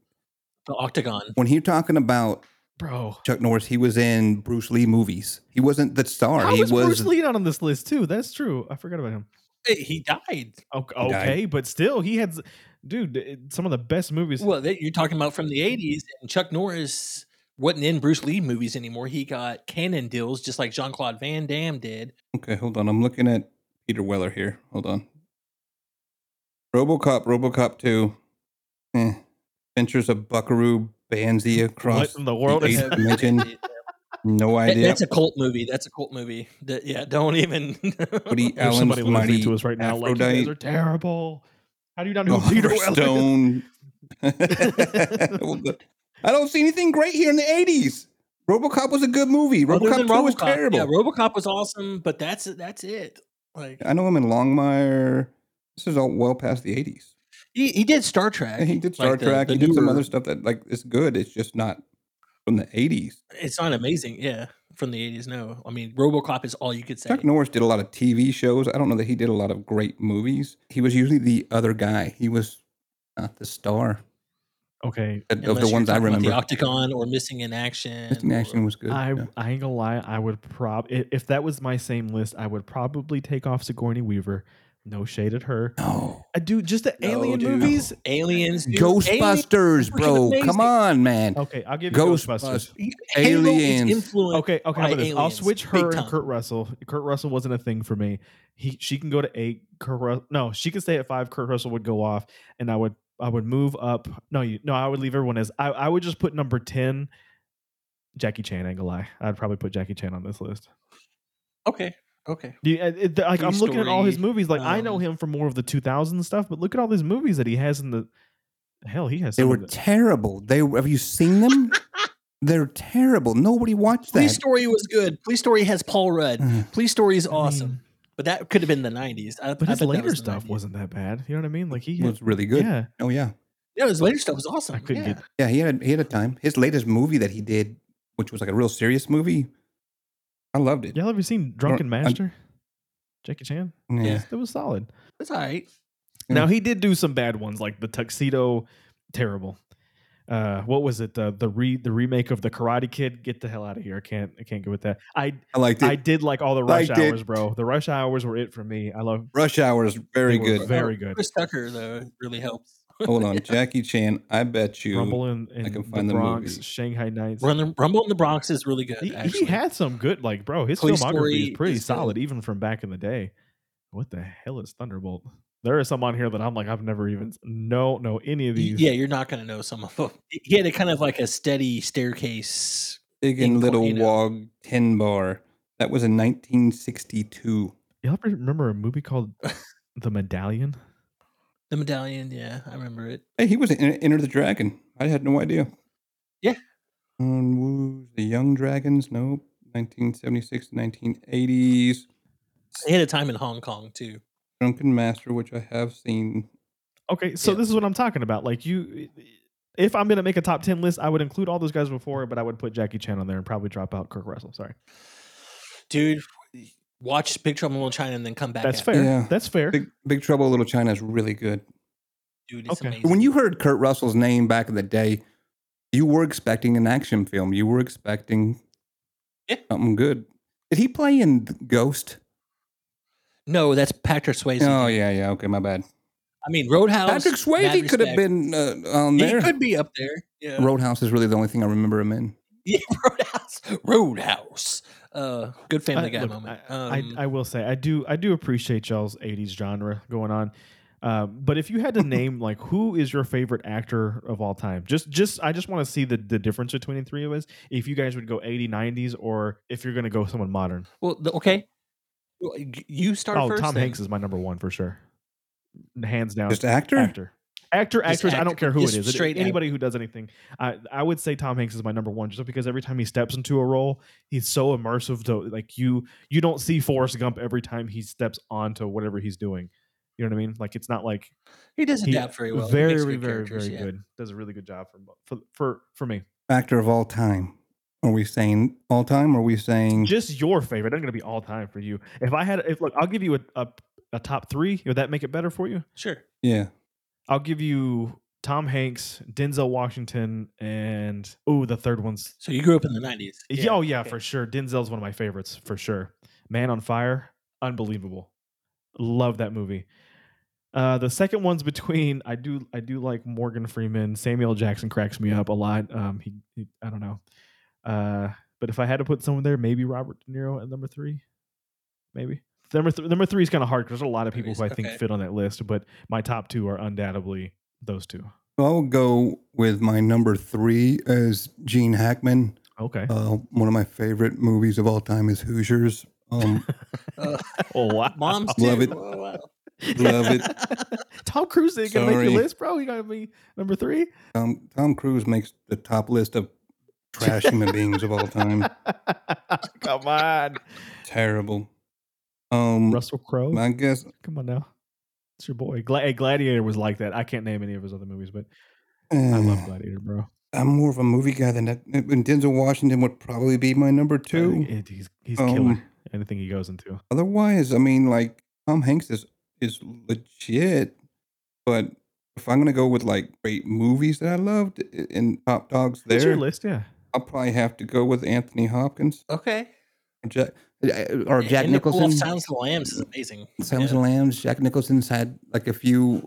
Speaker 2: The Octagon.
Speaker 3: when you're talking about
Speaker 1: bro.
Speaker 3: Chuck Norris, he was in Bruce Lee movies. He wasn't the star.
Speaker 1: How
Speaker 3: he
Speaker 1: was Bruce Lee not on this list too? That's true. I forgot about him.
Speaker 2: Eh, He died.
Speaker 1: Okay,
Speaker 3: He died.
Speaker 1: okay, but still, he had, s- dude, it- some of the best movies.
Speaker 2: Well, that, you're talking about from the 80s, and Chuck Norris wasn't in Bruce Lee movies anymore. He got canon deals just like Jean Claude Van Damme did.
Speaker 3: Okay, hold on. I'm looking at Peter Weller here. Hold on. RoboCop, RoboCop 2. Eh. Adventures of Buckaroo Banzai
Speaker 1: what
Speaker 3: across.
Speaker 1: in the world?
Speaker 3: the
Speaker 1: is-
Speaker 3: eighth dimension. No
Speaker 2: That-
Speaker 3: idea.
Speaker 2: that's a cult movie. That's a cult movie. That- yeah, don't even.
Speaker 3: Woody
Speaker 1: There's somebody
Speaker 3: Allen's
Speaker 1: listening
Speaker 3: Mighty
Speaker 1: to us right now. Like you guys
Speaker 3: Aphrodite.
Speaker 1: are terrible. How do you not know who Peter
Speaker 3: Oliver
Speaker 1: Weller is?
Speaker 3: Oh, Stone. I don't see anything great here in the 80s. RoboCop was a good movie.
Speaker 2: Other
Speaker 3: RoboCop 2
Speaker 2: than
Speaker 3: was
Speaker 2: RoboCop,
Speaker 3: terrible.
Speaker 2: Yeah, RoboCop was awesome, but that's it- that's it. Like
Speaker 3: I know him in Longmire. This is all well past the 80s.
Speaker 2: he, he did Star Trek.
Speaker 3: Yeah, he did Star
Speaker 2: like the-
Speaker 3: Trek.
Speaker 2: the
Speaker 3: he did some
Speaker 2: newer-
Speaker 3: other stuff that like is good. It's just not from the eighties.
Speaker 2: It's not amazing. Yeah, from the 80s. No, I mean RoboCop is all you could say.
Speaker 3: Chuck Norris did a lot of TV shows. I don't know that he did a lot of great movies. He was usually the other guy. He was not the star
Speaker 1: Okay,
Speaker 3: of- of
Speaker 2: Unless
Speaker 3: the
Speaker 2: you're
Speaker 3: ones
Speaker 2: talking
Speaker 3: I
Speaker 2: about
Speaker 3: remember.
Speaker 2: The Octagon or Missing in Action.
Speaker 3: Missing Action
Speaker 2: or-
Speaker 3: was good.
Speaker 1: I
Speaker 3: yeah.
Speaker 1: I ain't gonna lie. I would prob i- if that was my same list, I would probably take off Sigourney Weaver. No shade at her.
Speaker 3: No.
Speaker 1: I do just the
Speaker 3: No,
Speaker 1: alien
Speaker 3: dude.
Speaker 1: movies.
Speaker 2: Aliens. dude. Aliens.
Speaker 3: Ghostbusters,
Speaker 2: freaking
Speaker 3: bro.
Speaker 2: amazing.
Speaker 3: Come on, man.
Speaker 1: Okay, I'll give you Ghostbusters.
Speaker 3: Ghostbusters.
Speaker 2: Halo is
Speaker 3: Aliens.
Speaker 2: influenced-
Speaker 1: Okay, okay. How
Speaker 2: By
Speaker 1: about this? I'll
Speaker 2: aliens,
Speaker 1: switch
Speaker 2: big
Speaker 1: her and
Speaker 2: time.
Speaker 1: Kurt Russell. Kurt Russell wasn't a thing for me. He she can go to eight. Kurt Rus- no, she could stay at five. Kurt Russell would go off, and I would I would move up. No, you no, I would leave everyone as I I would just put number ten. Jackie Chan, I ain't gonna lie. I'd probably put Jackie Chan on this list.
Speaker 2: Okay. Okay.
Speaker 1: Yeah, it- it- like I'm looking at all his
Speaker 2: Story,
Speaker 1: movies. Like I know
Speaker 2: um,
Speaker 1: him from more of the 2000 stuff, but look at all these movies that he has in the hell he has.
Speaker 3: They
Speaker 1: some
Speaker 3: were
Speaker 1: of the-
Speaker 3: terrible. They were, have you seen them? They're terrible. Nobody watched that. Mm.
Speaker 2: Police Story was good. Police Story has Paul Rudd. Police Story is awesome. but that could have been the 90s. I,
Speaker 1: But
Speaker 2: I
Speaker 1: his
Speaker 2: bet that
Speaker 1: later
Speaker 2: was the
Speaker 1: stuff
Speaker 2: 90s.
Speaker 1: wasn't that bad. You know what I mean? Like he,
Speaker 3: It
Speaker 1: had,
Speaker 3: was really good.
Speaker 1: yeah,
Speaker 3: Oh yeah,
Speaker 2: Yeah, his later stuff was awesome.
Speaker 1: I couldn't
Speaker 2: yeah.
Speaker 1: get.
Speaker 3: yeah. He had a, he had a time. His latest movie that he did, which was like a real serious movie, I loved it.
Speaker 1: Y'all ever seen Drunken
Speaker 3: I-
Speaker 1: Master? Jackie Chan.
Speaker 3: Yeah.
Speaker 1: That was solid.
Speaker 2: That's all right.
Speaker 3: Yeah.
Speaker 1: Now he did do some bad ones, like the tuxedo, terrible. Uh, what was it? The the re the remake of the Karate Kid. Get the hell out of here! I can't I can't go with that. I
Speaker 3: I liked it.
Speaker 1: I did like all the rush
Speaker 3: Liked it.
Speaker 1: hours, bro. The rush hours were it for me. I love
Speaker 3: Rush Hour is very
Speaker 1: they were
Speaker 3: good.
Speaker 1: very good.
Speaker 2: Chris Tucker, though, really helps.
Speaker 3: Hold on, Jackie Chan. I bet you.
Speaker 1: Rumble in, in
Speaker 3: I can
Speaker 1: the
Speaker 3: find the
Speaker 1: Bronx,
Speaker 3: movie.
Speaker 1: Shanghai Nights.
Speaker 2: Run the, Rumble in the Bronx is really good.
Speaker 1: He, he
Speaker 2: actually.
Speaker 1: had some good, like, bro. His
Speaker 2: Police
Speaker 1: filmography
Speaker 2: Story
Speaker 1: is pretty
Speaker 2: is good.
Speaker 1: solid, even from back in the day. What the hell is Thunderbolt? There is some on here that I'm like, I've never even no know any of
Speaker 2: Y-
Speaker 1: these.
Speaker 2: Yeah, you're not going to know some of them. He had a kind of like a steady staircase.
Speaker 3: Big
Speaker 2: Inc-
Speaker 3: and Little
Speaker 2: you know.
Speaker 3: Wog Ten Bar. That was in 1962.
Speaker 1: Y'all ever remember a movie called The Medallion?
Speaker 2: The medallion, yeah, I remember it.
Speaker 3: Hey, he was in Enter the Dragon. I had no idea.
Speaker 2: Yeah.
Speaker 3: Um, Woo's the Young Dragons. Nope. 1976 to 1980s.
Speaker 2: He had a time in Hong Kong too.
Speaker 3: Drunken Master, which I have seen.
Speaker 1: Okay, so
Speaker 2: Yeah.
Speaker 1: this is what I'm talking about. Like you, if I'm gonna make a top ten list, I would include all those guys before, but I would put Jackie Chan on there and probably drop out Kirk Russell. Sorry,
Speaker 2: Dude, watch Big Trouble in Little China and then come back.
Speaker 1: that's
Speaker 2: at
Speaker 1: fair.
Speaker 3: Yeah.
Speaker 1: That's fair.
Speaker 3: Big, Big Trouble in Little China is really good.
Speaker 2: It. Dude, it's
Speaker 1: Okay.
Speaker 2: amazing.
Speaker 3: When you heard Kurt Russell's name back in the day, you were expecting an action film. You were expecting
Speaker 2: Yeah.
Speaker 3: something good. Did he play in Ghost?
Speaker 2: no, that's Patrick Swayze.
Speaker 3: Oh, yeah, yeah. Okay, my bad.
Speaker 2: I mean, Roadhouse.
Speaker 3: Patrick
Speaker 2: Mad
Speaker 3: Swayze could have
Speaker 2: Respect.
Speaker 3: been uh, on
Speaker 2: He
Speaker 3: there.
Speaker 2: could be up there. Yeah.
Speaker 3: Roadhouse is really the only thing I remember him in.
Speaker 2: Yeah, Roadhouse. Roadhouse. Uh, good Family
Speaker 1: I-
Speaker 2: Guy
Speaker 1: look,
Speaker 2: moment.
Speaker 1: I, I-
Speaker 2: um,
Speaker 1: I will say I do I do appreciate y'all's '80s genre going on. Um, but if you had to name like who is your favorite actor of all time, just just I just want to see the the difference between the three of us. If you guys would go 80s, 90s, or if you're gonna go someone modern.
Speaker 2: well, the, okay. Well, y- You start
Speaker 1: Oh,
Speaker 2: first.
Speaker 1: Tom
Speaker 2: then.
Speaker 1: Hanks is my number one for sure, hands
Speaker 2: Oh.
Speaker 1: down.
Speaker 3: Just actor?
Speaker 1: actor. Actor,
Speaker 2: Just
Speaker 1: actress, I don't
Speaker 2: actor,
Speaker 1: care who
Speaker 2: just
Speaker 1: it is. It-
Speaker 2: straight
Speaker 1: anybody who does anything. I I would say Tom Hanks is my number one just because every time he steps into a role, he's so immersive to like you you don't see Forrest Gump every time he steps onto whatever he's doing. You know what I mean? Like it's not like
Speaker 2: He does
Speaker 1: he-
Speaker 2: adapt very well. He
Speaker 1: Very,
Speaker 2: makes
Speaker 1: very,
Speaker 2: good
Speaker 1: very,
Speaker 2: characters, yeah.
Speaker 1: good. Does a really good job for for for, for me.
Speaker 3: actor of all time. Are we saying all time? Or are we saying
Speaker 1: Just your favorite. I'm gonna be all time for you. If I had if look, I'll give you a a, a top three. Would that make it better for you?
Speaker 2: Sure.
Speaker 3: yeah?
Speaker 1: I'll give you Tom Hanks, Denzel Washington, and oh, the third one's
Speaker 2: So you grew up in the 90s.
Speaker 1: Yeah, oh yeah,
Speaker 2: okay.
Speaker 1: for sure. Denzel's one of my favorites for sure. Man on Fire, unbelievable. Love that movie. Uh, the second one's between I do I do like Morgan Freeman. Samuel Jackson cracks me up a lot. Um, he, he I don't know. Uh, but if I had to put someone there, maybe Robert De Niro at number three, maybe. Number th- number three is kind of hard because there's a lot of people who I think
Speaker 2: Okay.
Speaker 1: fit on that list, but my top two are undoubtedly those two.
Speaker 3: I'll go with my number three as Gene Hackman.
Speaker 1: Okay.
Speaker 3: Uh, one of my favorite movies of all time is Hoosiers. Um,
Speaker 1: oh wow.
Speaker 2: Moms
Speaker 3: Love
Speaker 2: too.
Speaker 3: it.
Speaker 2: Oh, wow.
Speaker 3: Love it.
Speaker 1: Tom Cruise ain't gonna make
Speaker 3: Sorry.
Speaker 1: your list, bro. You gotta be number three.
Speaker 3: um, Tom Cruise makes the top list of trash human beings of all time.
Speaker 1: Come on,
Speaker 3: Terrible. Um,
Speaker 1: Russell Crowe.
Speaker 3: I guess
Speaker 1: Come on now, it's your boy. Gla- hey, Gladiator was like that. I can't name any of his other movies, but I love
Speaker 3: eh,
Speaker 1: Gladiator, bro.
Speaker 3: I'm more of a movie guy than that. And Denzel Washington would probably be my number two.
Speaker 1: Uh, it- he's he's
Speaker 3: Um,
Speaker 1: killer. Anything he goes into.
Speaker 3: Otherwise, I mean, like Tom Hanks is is legit, but if I'm gonna go with like great movies that I loved i- and top dogs
Speaker 1: It's your
Speaker 3: there,
Speaker 1: list, yeah.
Speaker 3: I'll probably have to go with Anthony Hopkins
Speaker 2: Okay.
Speaker 3: or Jack, uh, or
Speaker 2: Yeah,
Speaker 3: Jack
Speaker 2: and the pull-off
Speaker 3: Nicholson.
Speaker 2: Silence of the Lambs is amazing.
Speaker 3: Silence
Speaker 2: Yeah.
Speaker 3: and Lambs. Jack Nicholson's had like if you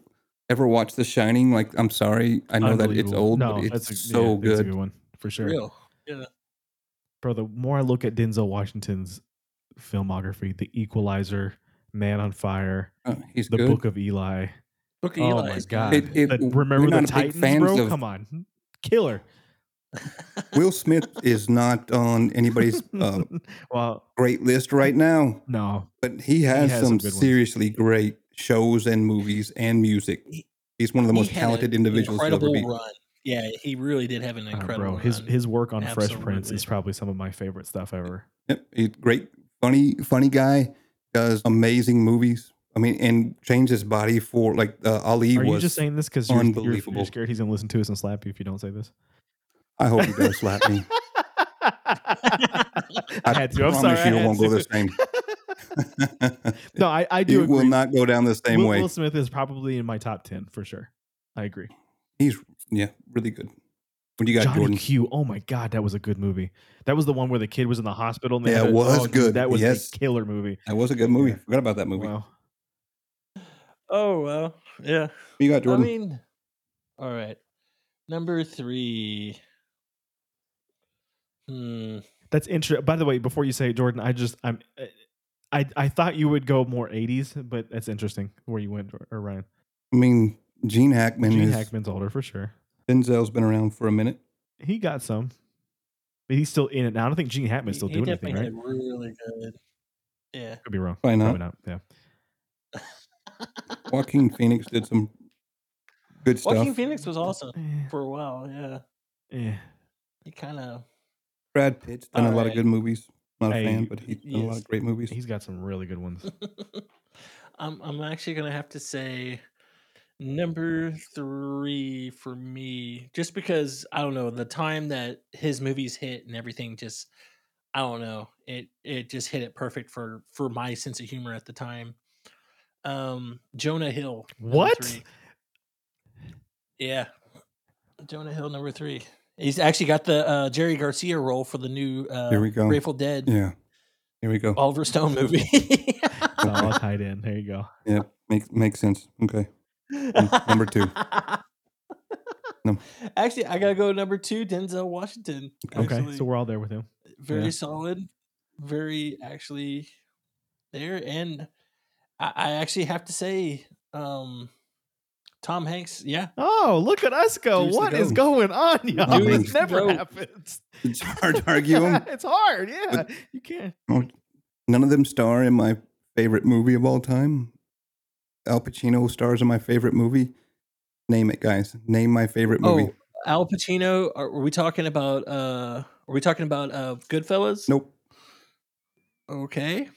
Speaker 3: ever watch The Shining, like I'm sorry, I know that it's
Speaker 1: Unbelievable.
Speaker 3: old,
Speaker 1: No,
Speaker 3: but it's
Speaker 1: that's a- yeah,
Speaker 3: so
Speaker 1: That's a
Speaker 3: good.
Speaker 1: good one for sure,
Speaker 2: Real.
Speaker 1: bro. The more I look at Denzel Washington's filmography, The Equalizer, Man on Fire,
Speaker 3: Uh, he's
Speaker 1: The
Speaker 3: good.
Speaker 1: Book of Eli.
Speaker 2: Look at
Speaker 1: Oh
Speaker 2: Eli.
Speaker 1: my
Speaker 2: He's
Speaker 1: God.
Speaker 3: It- it-
Speaker 1: That-
Speaker 3: we're
Speaker 1: remember
Speaker 3: not
Speaker 1: the
Speaker 3: a big
Speaker 1: Titans,
Speaker 3: fans
Speaker 1: bro?
Speaker 3: of-
Speaker 1: Come on, killer.
Speaker 3: Will Smith is not on anybody's uh,
Speaker 1: well,
Speaker 3: great list right now.
Speaker 1: no,
Speaker 3: But he has,
Speaker 1: has some
Speaker 3: some,
Speaker 1: good ones.
Speaker 3: seriously great shows and movies and music.
Speaker 2: He-
Speaker 3: He's one of the
Speaker 2: He
Speaker 3: most
Speaker 2: had
Speaker 3: talented
Speaker 2: an
Speaker 3: individuals to ever
Speaker 2: Incredible
Speaker 3: be.
Speaker 2: run. Yeah, he really did have an
Speaker 1: Uh,
Speaker 2: incredible.
Speaker 1: bro, his
Speaker 2: run.
Speaker 1: his work on Fresh Prince
Speaker 2: Absolutely.
Speaker 1: is probably some of my favorite stuff ever.
Speaker 3: Yep, he's great, funny, funny guy. Does amazing movies. I mean, and changed his body for like uh, Ali
Speaker 1: Are you
Speaker 3: was.
Speaker 1: just saying this because you're, you're,
Speaker 3: unbelievable.
Speaker 1: you're scared he's gonna listen to us and slap you if you don't say this?
Speaker 3: I hope he does slap me.
Speaker 1: I
Speaker 3: Mm. I
Speaker 1: had to. I'm sorry.
Speaker 3: promise
Speaker 1: I
Speaker 3: you, it
Speaker 1: had
Speaker 3: won't go
Speaker 1: to.
Speaker 3: the same.
Speaker 1: No, I, I do
Speaker 3: it
Speaker 1: agree.
Speaker 3: will not go down the same
Speaker 1: Will,
Speaker 3: way.
Speaker 1: Will Smith is probably in my top ten for sure. I agree.
Speaker 3: He's yeah, really good. What do you got,
Speaker 1: Johnny
Speaker 3: Jordan?
Speaker 1: Q. Oh my god, that was a good movie. That was the one where the kid was in the hospital. And they
Speaker 3: Yeah,
Speaker 1: had
Speaker 3: it
Speaker 1: a-
Speaker 3: was
Speaker 1: dude,
Speaker 3: good.
Speaker 1: That was
Speaker 3: Yes.
Speaker 1: a killer movie.
Speaker 3: That was a good movie. Forgot about that movie. What
Speaker 1: Wow.
Speaker 2: Oh well, yeah.
Speaker 3: you got, Jordan?
Speaker 2: I mean, all right. Number three. Hmm.
Speaker 1: That's interesting. By the way, before you say it, Jordan, I just I'm I I thought you would go more 80s, but that's interesting where you went or, or Ryan.
Speaker 3: I mean, Gene Hackman.
Speaker 1: Gene
Speaker 3: is,
Speaker 1: Hackman's older for sure.
Speaker 3: Denzel's been around for a minute.
Speaker 1: He got some, but he's still in it now. I don't think Gene Hackman's still
Speaker 2: he- he
Speaker 1: doing anything, right?
Speaker 2: definitely did Really good. Yeah.
Speaker 1: Could be wrong.
Speaker 3: Probably not.
Speaker 1: Probably not. Yeah.
Speaker 3: Joaquin Phoenix did some good stuff.
Speaker 2: Joaquin Phoenix was awesome
Speaker 1: Eh,
Speaker 2: for a while. Yeah.
Speaker 1: eh.
Speaker 2: He kind of.
Speaker 3: Brad Pitt's done a lot of
Speaker 2: Alright.
Speaker 3: good movies. Not a
Speaker 1: Hey,
Speaker 3: fan, but he's done a lot
Speaker 1: yes.
Speaker 3: of great movies.
Speaker 1: He's got some really good ones.
Speaker 2: I'm. I'm actually gonna have to say. Number three for me, just because I don't know the time that his movies hit and everything, just I don't know it. It just hit it perfect for for my sense of humor at the time. Um, Jonah Hill. number
Speaker 1: What?
Speaker 2: three. Yeah, Jonah Hill number three. He's actually got the uh, Jerry Garcia role for the new
Speaker 3: Here
Speaker 2: uh,
Speaker 3: we go.
Speaker 2: Grateful Dead
Speaker 3: Yeah. Here we go.
Speaker 2: Oliver Stone movie.
Speaker 1: It's all tied in. There you go.
Speaker 3: Makes makes sense. Okay. number two. Num-
Speaker 2: Actually, I gotta go number two, Denzel Washington.
Speaker 1: Okay,
Speaker 2: Actually,
Speaker 1: so we're all there with him.
Speaker 2: very
Speaker 1: yeah.
Speaker 2: solid, very actually there, and I, I actually have to say, um, Tom Hanks. Yeah,
Speaker 1: Oh, look at us go!
Speaker 3: Deuce to
Speaker 1: What
Speaker 3: go.
Speaker 1: is going on, y'all?
Speaker 3: Deuce
Speaker 1: It
Speaker 3: to
Speaker 1: never
Speaker 2: go.
Speaker 1: happens.
Speaker 3: It's hard to argue 'em.
Speaker 1: it's hard. Yeah, you can't.
Speaker 3: Oh, None of them star in my favorite movie of all time. Al Pacino stars in my favorite movie. Name it, guys. Name my favorite movie.
Speaker 2: Oh, Al Pacino. Are, were we talking about? Uh, are we talking about uh, Goodfellas?
Speaker 3: Nope.
Speaker 2: Okay.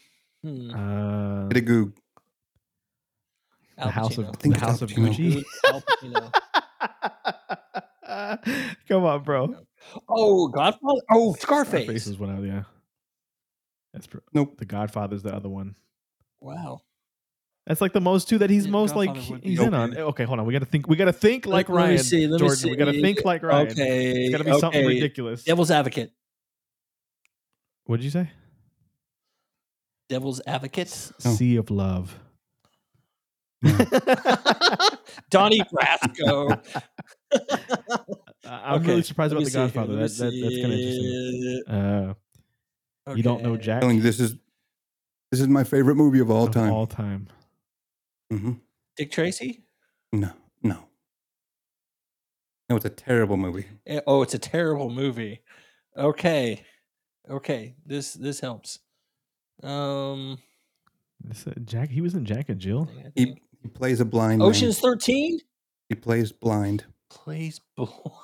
Speaker 2: Hmm.
Speaker 1: Uh,
Speaker 3: Get a Goog.
Speaker 2: Al
Speaker 1: the House of
Speaker 2: Pacino.
Speaker 3: think
Speaker 1: the
Speaker 3: it's
Speaker 1: House
Speaker 3: Al
Speaker 1: of
Speaker 3: Pacino.
Speaker 1: Gucci.
Speaker 2: Good Al Pacino.
Speaker 1: Come on, bro.
Speaker 2: oh, Godfather. Oh, Scarface.
Speaker 1: Scarface is one out. Yeah, that's pr-
Speaker 3: Nope.
Speaker 1: The Godfather's the other one.
Speaker 2: Wow.
Speaker 1: That's like the most two that he's
Speaker 2: Yeah,
Speaker 1: most like
Speaker 2: Godfather would be-
Speaker 1: he's in on.
Speaker 3: Okay.
Speaker 1: Okay, hold on. We got to think. We got to think like
Speaker 2: Let me
Speaker 1: Ryan.
Speaker 2: see, let me
Speaker 1: Jordan, we got to
Speaker 2: see.
Speaker 1: think like Ryan.
Speaker 2: Okay.
Speaker 1: It's got to be
Speaker 2: okay.
Speaker 1: something ridiculous.
Speaker 2: Devil's Advocate.
Speaker 1: What did you say?
Speaker 2: Devil's Advocate.
Speaker 3: No.
Speaker 1: Sea of Love.
Speaker 3: Hmm.
Speaker 2: Donnie Brasco.
Speaker 1: I- I'm really surprised about The Godfather. That, that, that's kind of interesting. Uh, You don't know Jack?
Speaker 3: I'm telling you, this is this is my favorite movie of all
Speaker 1: Of
Speaker 3: time.
Speaker 1: All time.
Speaker 3: hmm
Speaker 2: Dick Tracy?
Speaker 3: No, no. No, it's a terrible movie.
Speaker 2: Eh, Oh, it's a terrible movie. Okay. Okay. This this helps. Um
Speaker 1: This, uh, Jack. He was in Jack and Jill.
Speaker 2: hang on, hang
Speaker 3: He
Speaker 2: on.
Speaker 3: he plays a blind. man.
Speaker 2: Ocean's 13
Speaker 3: He plays blind.
Speaker 2: plays bull.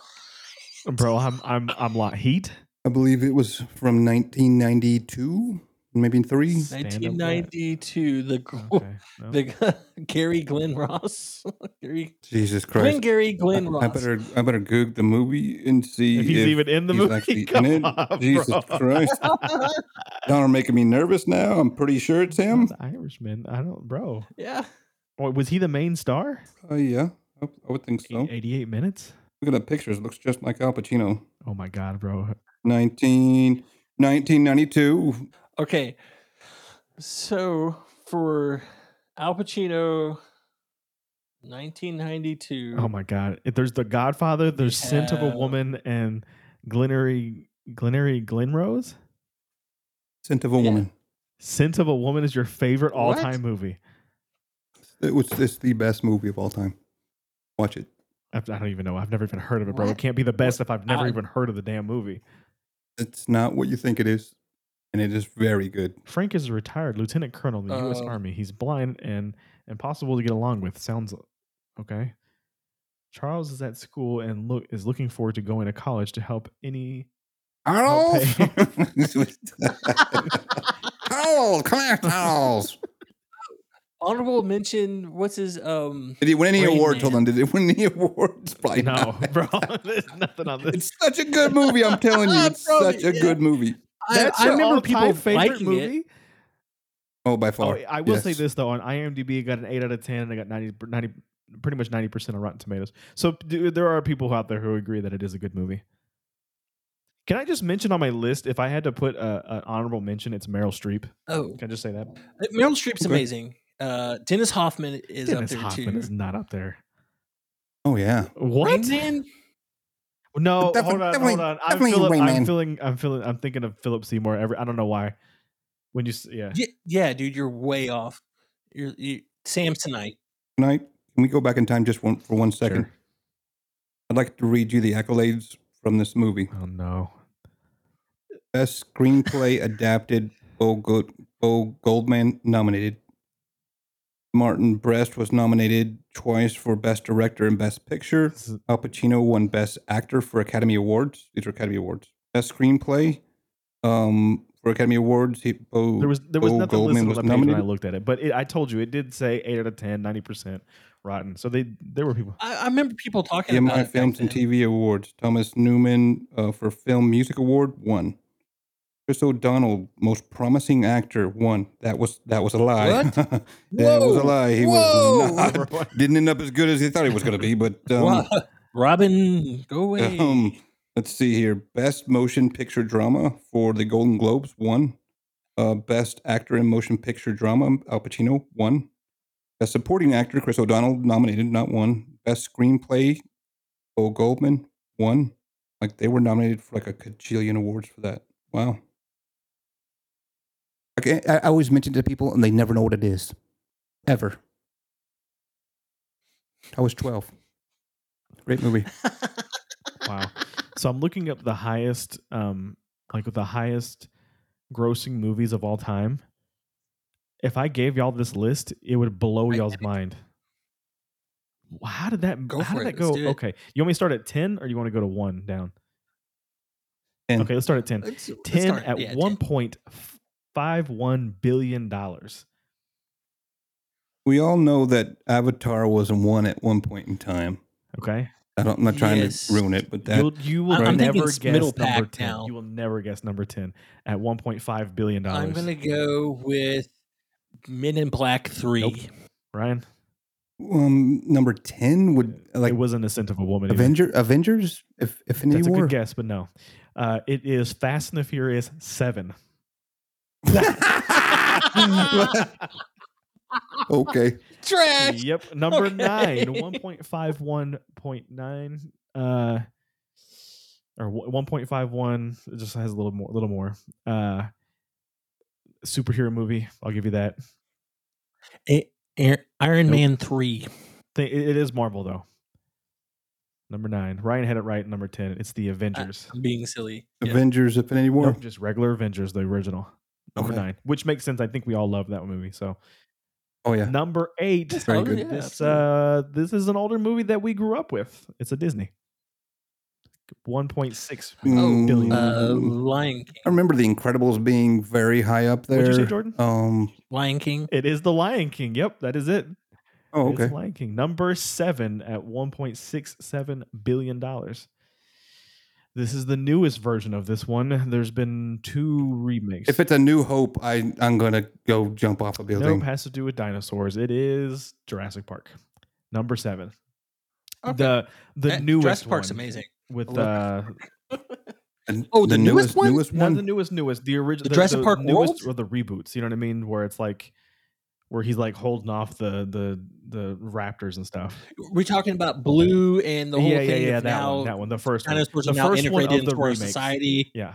Speaker 1: Bro, I'm I'm I'm lot heat.
Speaker 3: I believe it was from 1992, maybe three.
Speaker 1: Stand up for that.
Speaker 2: 1992 the gl-
Speaker 1: Okay. no.
Speaker 2: the g- Gary Glenn Ross. Gary
Speaker 3: Jesus Christ!
Speaker 2: Glenn Gary Glenn
Speaker 3: I-
Speaker 2: Ross.
Speaker 3: I, better I better Google the movie and see
Speaker 1: if he's even in the
Speaker 3: he's
Speaker 1: movie,
Speaker 3: actually
Speaker 1: come
Speaker 3: in it.
Speaker 1: on,
Speaker 3: Jesus
Speaker 1: bro.
Speaker 3: Christ! Y'all are making me nervous now. I'm pretty sure it's him.
Speaker 1: The Irishman. I don't, bro.
Speaker 2: yeah.
Speaker 1: Wait, was he the main star?
Speaker 3: Oh yeah, I, I would think so.
Speaker 1: Eight- 88 minutes.
Speaker 3: Look at the pictures. Looks just like Al Pacino.
Speaker 1: Oh my god, bro.
Speaker 3: 19, 1992.
Speaker 2: Okay. So for Al Pacino, 1992.
Speaker 1: Oh my god. If there's The Godfather, there's Scent of a
Speaker 2: Yeah.
Speaker 1: Woman and Glenary Glenary Glenrose.
Speaker 3: Scent of a
Speaker 2: Yeah.
Speaker 3: Woman.
Speaker 1: Scent of a Woman is your favorite
Speaker 2: What?
Speaker 1: all-time movie.
Speaker 3: It was it's the best movie of all time. Watch it.
Speaker 1: I I don't even know. I've never even heard of it, bro.
Speaker 2: What?
Speaker 1: It can't be the best if I've never
Speaker 2: I-
Speaker 1: even heard of the damn movie.
Speaker 3: It's not what you think it is, and it is very good.
Speaker 1: Frank is a retired lieutenant colonel in the U.S.
Speaker 2: Oh.
Speaker 1: Army. He's blind and impossible to get along with. Sounds okay. Charles is at school and look is looking forward to going to college to help any
Speaker 3: Harold,
Speaker 1: Okay.
Speaker 3: Harold, come here, Harold.
Speaker 2: Honorable mention. What's his um?
Speaker 3: Did he win any
Speaker 2: Rain
Speaker 3: award? Hold
Speaker 2: Man.
Speaker 3: on, did he win any awards? Probably
Speaker 1: No,
Speaker 3: not.
Speaker 1: bro. There's nothing on this.
Speaker 3: It's such a good movie. I'm telling you, it's
Speaker 2: Bro,
Speaker 3: such a
Speaker 2: yeah.
Speaker 3: good movie.
Speaker 1: That's your all-time favorite
Speaker 2: liking it.
Speaker 1: movie.
Speaker 3: Oh, by
Speaker 1: Oh,
Speaker 3: far.
Speaker 1: I will say
Speaker 3: Yes.
Speaker 1: this though: on IMDb, it got an eight out of ten, and I got 90, 90 pretty much ninety percent on Rotten Tomatoes. So d- there are people out there who agree that it is a good movie. Can I just mention on my list if I had to put a, an honorable mention, it's Meryl Streep.
Speaker 2: Oh,
Speaker 1: Can I just say that?
Speaker 2: Meryl Streep's
Speaker 3: Okay.
Speaker 2: amazing. Uh, Dennis Hoffman is
Speaker 1: Dennis
Speaker 2: up there
Speaker 1: Hoffman
Speaker 2: too.
Speaker 1: is not up there.
Speaker 3: Oh yeah.
Speaker 1: What?
Speaker 2: Rain Man?
Speaker 1: No,
Speaker 3: Defi-
Speaker 1: hold on,
Speaker 3: definitely-
Speaker 1: hold on. I'm,
Speaker 3: definitely
Speaker 1: Philip,
Speaker 3: Rain
Speaker 1: I'm
Speaker 3: Man.
Speaker 1: feeling, I'm feeling, I'm thinking of Philip Seymour. Every, I don't know why. When you, s- yeah,
Speaker 2: Y- Yeah, dude, you're way off. You're, you Samsonite.
Speaker 3: Can I? Can we go back in time just one for one second?
Speaker 1: Sure.
Speaker 3: I'd like to read you the accolades from this movie.
Speaker 1: Oh no,
Speaker 3: Best screenplay adapted. Bo, Go- Bo Goldman nominated. Martin Brest was nominated twice for Best Director and Best Picture.
Speaker 1: This is-
Speaker 3: Al Pacino won Best Actor for Academy Awards. These are Academy Awards. Best Screenplay um, for Academy Awards. He, Bo,
Speaker 1: there was there was
Speaker 3: Bo
Speaker 1: nothing
Speaker 3: Goldman
Speaker 1: listed
Speaker 3: was
Speaker 1: on that page when I
Speaker 3: nominated.
Speaker 1: looked at it, but it, I told you it did say eight out of 10, 90 percent rotten. So they there were people.
Speaker 2: I, I remember people talking about
Speaker 3: EMI
Speaker 2: it back
Speaker 3: Films and
Speaker 2: then.
Speaker 3: TV Awards. Thomas Newman uh, for Film Music Award won. Chris O'Donnell, Most Promising Actor, won. That was that was a lie.
Speaker 2: What?
Speaker 3: that was a
Speaker 2: Whoa!
Speaker 3: lie. He
Speaker 2: Whoa!
Speaker 3: was not, didn't end up as good as he thought he was going to be. But um,
Speaker 2: Wow. Robin, go away.
Speaker 3: um, let's see here. Best Motion Picture Drama for the Golden Globes won. Uh, Best Actor in Motion Picture Drama, Al Pacino won. Best Supporting Actor, Chris O'Donnell nominated, not won. Best Screenplay, Bo Goldman won. Like they were nominated for like a cajillion awards for that. Wow.
Speaker 8: Okay, I, I always mention to people, and they never know what it is, ever. I was twelve.
Speaker 3: Great movie.
Speaker 1: wow. So I'm looking up the highest, um, like the highest grossing movies of all time. If I gave y'all this list, it would blow
Speaker 2: I
Speaker 1: y'all's
Speaker 2: did it.
Speaker 1: mind. How did that?
Speaker 2: Go
Speaker 1: how
Speaker 2: for
Speaker 1: did
Speaker 2: it.
Speaker 1: that go?
Speaker 2: Let's do it.
Speaker 1: Okay, you want me to start at ten, or you want to go to one down?
Speaker 3: And
Speaker 1: Okay, let's start at ten.
Speaker 2: Let's- let's
Speaker 1: 10
Speaker 2: start.
Speaker 1: at
Speaker 2: Yeah, 10.
Speaker 1: $1.51 billion dollars.
Speaker 3: we all know that Avatar was a one at one point in time.
Speaker 1: Okay,
Speaker 3: I don't, I'm not trying
Speaker 2: Yes.
Speaker 3: to ruin it, but that
Speaker 1: You'll, you will
Speaker 2: I- I'm thinking
Speaker 1: never
Speaker 2: it's
Speaker 1: guess
Speaker 2: middle
Speaker 1: number ten.
Speaker 2: pack now.
Speaker 1: You will never guess number ten at one point five billion dollars.
Speaker 2: I'm gonna go with Men in Black Three.
Speaker 1: Nope. Ryan,
Speaker 3: um, number ten would like
Speaker 1: it wasn't a scent of a woman. either.
Speaker 8: Avenger, Avengers, if Infinity
Speaker 1: That's a
Speaker 8: War.
Speaker 1: good guess, but no. Uh, it is Fast and the Furious Seven.
Speaker 3: okay.
Speaker 9: Trash.
Speaker 1: Yep, number
Speaker 2: Okay.
Speaker 1: nine, one point five one point nine, uh, or one point five one. It just has a little more, little more. Uh, superhero movie. I'll give you that.
Speaker 2: Air- Iron
Speaker 1: Nope.
Speaker 2: Man Three.
Speaker 1: Thi- it- it is Marvel though. Number nine, Ryan had it right. Number ten, it's the Avengers.
Speaker 2: I'm being silly. Yeah.
Speaker 3: Avengers Infinity War.
Speaker 1: Nope, just regular Avengers, the original. Number
Speaker 3: Okay.
Speaker 1: nine, which makes sense. I think we all love that movie. So
Speaker 3: Oh yeah.
Speaker 1: number eight,
Speaker 2: That's
Speaker 3: Very
Speaker 2: totally-
Speaker 3: good.
Speaker 2: Oh, yeah,
Speaker 1: this
Speaker 2: absolutely.
Speaker 1: uh, this is an older movie that we grew up with. It's a Disney. One point six
Speaker 3: Mm,
Speaker 1: billion.
Speaker 2: uh,
Speaker 3: I
Speaker 2: Lion King.
Speaker 3: remember The Incredibles being very high up there.
Speaker 1: What'd you say, Jordan?
Speaker 3: Um.
Speaker 2: Lion King.
Speaker 1: It is the Lion King. Yep, that is it.
Speaker 3: Oh,
Speaker 1: It's
Speaker 3: okay.
Speaker 1: Lion King. Number seven at one point six seven billion dollars. This is the newest version of this one. There's been two remakes.
Speaker 3: If it's a New Hope, I I'm gonna go jump off a
Speaker 1: nope,
Speaker 3: building.
Speaker 1: has to do with dinosaurs. It is Jurassic Park. Number seven. The the
Speaker 2: That-
Speaker 1: newest
Speaker 2: Eh, Jurassic Park's
Speaker 1: one
Speaker 2: amazing.
Speaker 1: with
Speaker 2: I love
Speaker 1: uh,
Speaker 3: And
Speaker 2: Oh, the newest one?
Speaker 3: newest
Speaker 1: Not
Speaker 3: one.
Speaker 1: the newest, newest. The original,
Speaker 2: The Jurassic Park
Speaker 1: newest
Speaker 2: World?
Speaker 1: or the reboots. You know what I mean? Where it's like, where he's like holding off the the the raptors and stuff.
Speaker 2: We're talking about blue and the whole
Speaker 1: yeah, yeah,
Speaker 2: thing.
Speaker 1: yeah.
Speaker 2: of
Speaker 1: That
Speaker 2: now
Speaker 1: one, that one, the first one.
Speaker 2: Dinosaurs
Speaker 1: The
Speaker 2: are now
Speaker 1: first one
Speaker 2: integrated
Speaker 1: of
Speaker 2: into
Speaker 1: the
Speaker 2: our
Speaker 1: remakes.
Speaker 2: society.
Speaker 1: Yeah.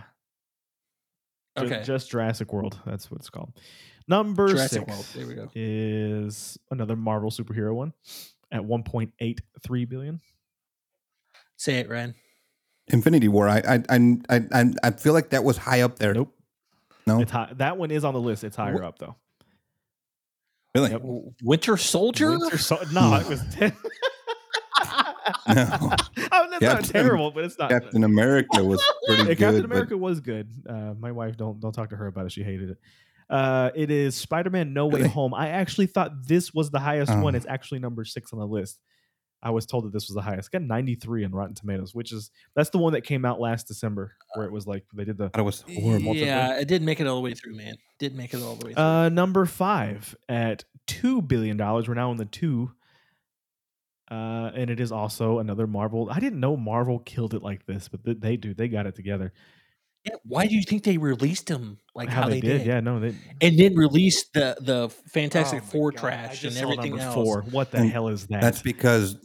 Speaker 1: Ju-
Speaker 2: Okay.
Speaker 1: Just Jurassic World. That's what it's called. Number
Speaker 2: Jurassic
Speaker 1: six
Speaker 2: World. There we go.
Speaker 1: is another Marvel superhero one at 1.83 billion.
Speaker 2: Say it, Ryan.
Speaker 3: Infinity War. I I, I I I I feel like that was high up there.
Speaker 1: Nope.
Speaker 2: Oh.
Speaker 3: No.
Speaker 1: It's high, that one is on the list. It's higher
Speaker 3: Wh-
Speaker 1: up though.
Speaker 3: Really?
Speaker 1: Yep.
Speaker 2: W- Winter Soldier.
Speaker 1: Winter Sol- no, it was 10.
Speaker 3: No.
Speaker 1: Oh, that's not
Speaker 3: Captain-
Speaker 1: terrible, but it's not.
Speaker 3: Captain America was pretty
Speaker 1: Yeah,
Speaker 3: good.
Speaker 1: Captain
Speaker 3: but
Speaker 1: America was good. Uh, my wife don't don't talk to her about it. She hated it. Uh, it is Spider-Man: No Way
Speaker 3: Really?
Speaker 1: Home. I actually thought this was the highest
Speaker 3: Oh.
Speaker 1: one. It's actually number six on the list. I was told that this was the highest. It got 93 on Rotten Tomatoes, which is that's the one that came out last December, where it was like they did the
Speaker 3: I thought it was horrible.
Speaker 2: Yeah, it did make it all the way through, man. Did make it all the way through.
Speaker 1: uh, number five at two billion dollars. We're now in the two. Uh, and it is also another Marvel. I didn't know Marvel killed it like this, but th- they do. They got it together.
Speaker 2: yeah, why do you think they released them like how, they, did?
Speaker 1: Yeah, no, they
Speaker 2: and then released the the Fantastic
Speaker 1: Four
Speaker 2: Four trash and everything else.
Speaker 1: What the
Speaker 3: And
Speaker 1: hell is that?
Speaker 3: That's because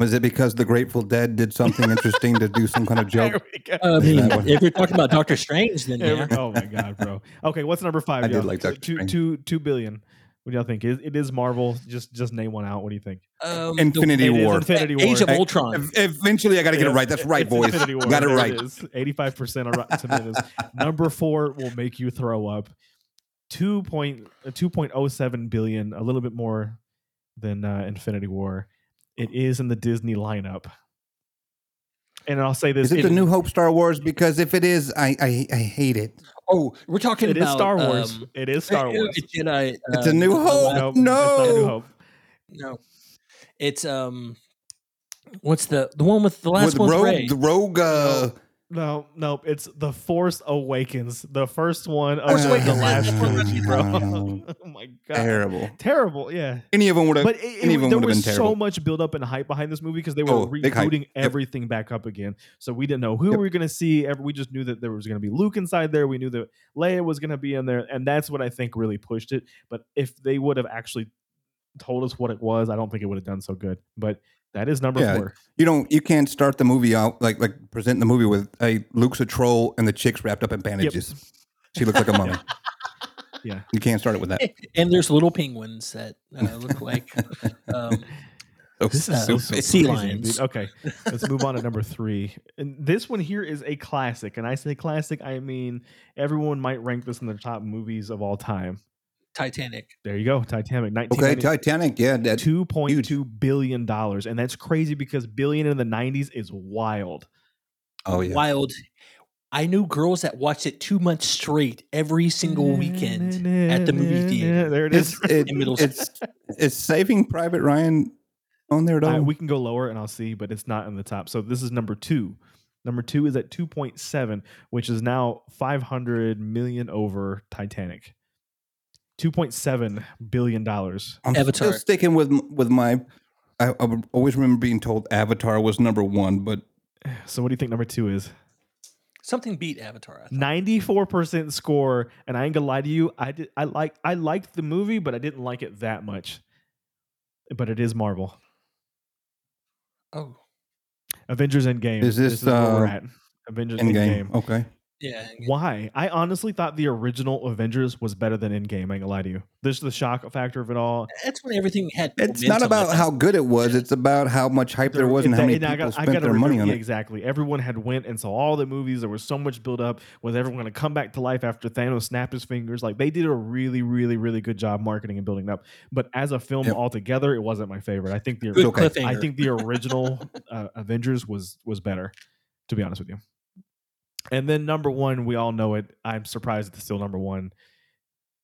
Speaker 3: was it because the Grateful Dead did something interesting to do some kind of
Speaker 1: There
Speaker 3: joke?
Speaker 1: we go.
Speaker 2: I
Speaker 3: Is
Speaker 2: mean,
Speaker 3: that one?
Speaker 2: if you're talking about Doctor Strange, then
Speaker 1: There we-
Speaker 2: yeah.
Speaker 1: Oh my god, bro. Okay, what's number five?
Speaker 3: I did
Speaker 1: y'all?
Speaker 3: like Doctor
Speaker 1: two,
Speaker 3: Strange.
Speaker 1: two, two billion. What do y'all think? Is it is Marvel? Just just name one out. What do you think?
Speaker 2: Um, the-
Speaker 3: Infinity
Speaker 1: It is
Speaker 3: War.
Speaker 1: Infinity War.
Speaker 2: Age of
Speaker 3: Hey,
Speaker 2: Ultron.
Speaker 3: Ev- Eventually, I got to get it
Speaker 1: Yes,
Speaker 3: right. That's
Speaker 1: it-
Speaker 3: right,
Speaker 1: it's
Speaker 3: boys.
Speaker 1: Infinity War.
Speaker 3: Got it
Speaker 1: There
Speaker 3: right.
Speaker 1: is. 85% on Rotten Tomatoes. Number four will make you throw up. 2 point, uh, 2.07 billion, a little bit more than uh, Infinity War. It is in the Disney lineup. And I'll say this.
Speaker 3: Is it the
Speaker 1: it-
Speaker 3: New Hope Star Wars? Because if it is, I I, I hate it.
Speaker 2: Oh, we're talking
Speaker 1: It is
Speaker 2: about
Speaker 1: Star Wars.
Speaker 2: um,
Speaker 1: it is Star
Speaker 2: uh,
Speaker 1: Wars.
Speaker 2: uh, Jedi,
Speaker 3: It's a
Speaker 2: um,
Speaker 3: New
Speaker 2: the
Speaker 3: Hope.
Speaker 1: Nope, it's not
Speaker 2: last-
Speaker 1: New
Speaker 3: Oh, no.
Speaker 1: Hope.
Speaker 2: No, it's um, what's the the one with the last
Speaker 3: With
Speaker 2: one's
Speaker 3: Rogue,
Speaker 2: Rey.
Speaker 3: the Rogue. Uh,
Speaker 1: No, no, it's The Force Awakens, the first one of
Speaker 3: Awakens,
Speaker 1: the
Speaker 3: yeah,
Speaker 1: last
Speaker 3: that's the one that
Speaker 1: trilogy,
Speaker 3: you
Speaker 1: bro.
Speaker 3: brought
Speaker 1: oh my god,
Speaker 3: terrible.
Speaker 1: terrible, yeah.
Speaker 3: Any of them would have.
Speaker 1: But it, it,
Speaker 3: any
Speaker 1: w-
Speaker 3: of them
Speaker 1: there
Speaker 3: would've
Speaker 1: was
Speaker 3: been
Speaker 1: so
Speaker 3: terrible.
Speaker 1: much buildup and hype behind this movie because they were
Speaker 3: Oh, big hype.
Speaker 1: rebooting everything back up again. So we didn't know who
Speaker 3: Yep.
Speaker 1: we were going to see. Every, we just knew that there was going to be Luke inside there. We knew that Leia was going to be in there, and that's what I think really pushed it. But if they would have actually told us what it was, I don't think it would have done so good. But that is number
Speaker 3: Yeah,
Speaker 1: four.
Speaker 3: You don't. You can't start the movie out like like present the movie with a Luke's a troll and the chick's wrapped up in bandages. She looks like a mummy.
Speaker 1: Yeah.
Speaker 3: You can't start it with that.
Speaker 2: and there's little penguins that uh, look like um,
Speaker 3: This
Speaker 2: is so
Speaker 3: stupid.
Speaker 2: sea
Speaker 1: Crazy,
Speaker 2: lions.
Speaker 1: dude. Okay, let's move on to number three. And this one here is a classic, and I say classic, I mean everyone might rank this in the top movies of all time.
Speaker 2: Titanic.
Speaker 1: There you go, Titanic.
Speaker 3: Okay,
Speaker 1: 1990
Speaker 3: Titanic. Yeah,
Speaker 2: Uh,
Speaker 3: that,
Speaker 1: two point two billion dollars, and that's crazy because billion in the nineties is wild.
Speaker 3: oh yeah.
Speaker 2: Wild. I knew girls that watched it two months straight every single weekend at the movie theater.
Speaker 1: There it
Speaker 3: It's
Speaker 1: is.
Speaker 3: it,
Speaker 2: In middle school.
Speaker 3: it's it's Saving Private Ryan on there at all.
Speaker 1: Uh, we can go lower, and I'll see, but it's not in the top. So this is number two. Number two is at two point seven, which is now five hundred million over Titanic. Two point seven billion dollars.
Speaker 3: I'm
Speaker 2: Avatar.
Speaker 3: still sticking with m- with my. I, I would always remember being told Avatar was number one, but
Speaker 1: So what do you think number two is?
Speaker 2: Something beat Avatar. I thought.
Speaker 1: Ninety-four percent score, and I ain't gonna lie to you. I did. I like. I liked the movie, but I didn't like it that much. But it is Marvel.
Speaker 2: Oh,
Speaker 1: Avengers Endgame.
Speaker 3: Is this,
Speaker 1: where we're
Speaker 3: uh,
Speaker 1: at? Avengers
Speaker 3: Endgame.
Speaker 1: Endgame.
Speaker 3: Okay,
Speaker 2: yeah.
Speaker 1: Why? I honestly thought the original Avengers was better than Endgame. I ain't gonna lie to you. This is the shock factor of it all.
Speaker 2: That's when everything had.
Speaker 3: it's
Speaker 2: momentum,
Speaker 3: not
Speaker 2: I
Speaker 3: about
Speaker 2: think.
Speaker 3: how good it was; it's about how much hype there was and how
Speaker 1: that-
Speaker 3: many
Speaker 1: I
Speaker 3: people
Speaker 1: got- I
Speaker 3: spent
Speaker 1: gotta
Speaker 3: their money
Speaker 1: remember-
Speaker 3: on
Speaker 1: yeah,
Speaker 3: it.
Speaker 1: Exactly. Everyone had went and saw all the movies. There was so much build up. Was everyone going to come back to life after Thanos snapped his fingers? Like they did a really, really, really good job marketing and building up. But as a film
Speaker 3: Yep.
Speaker 1: altogether, it wasn't my favorite. I think the
Speaker 2: good
Speaker 3: okay.
Speaker 2: cliffhanger.
Speaker 1: I think the original uh, Avengers was was better, to be honest with you. And then number one, we all know it. I'm surprised it's still number one.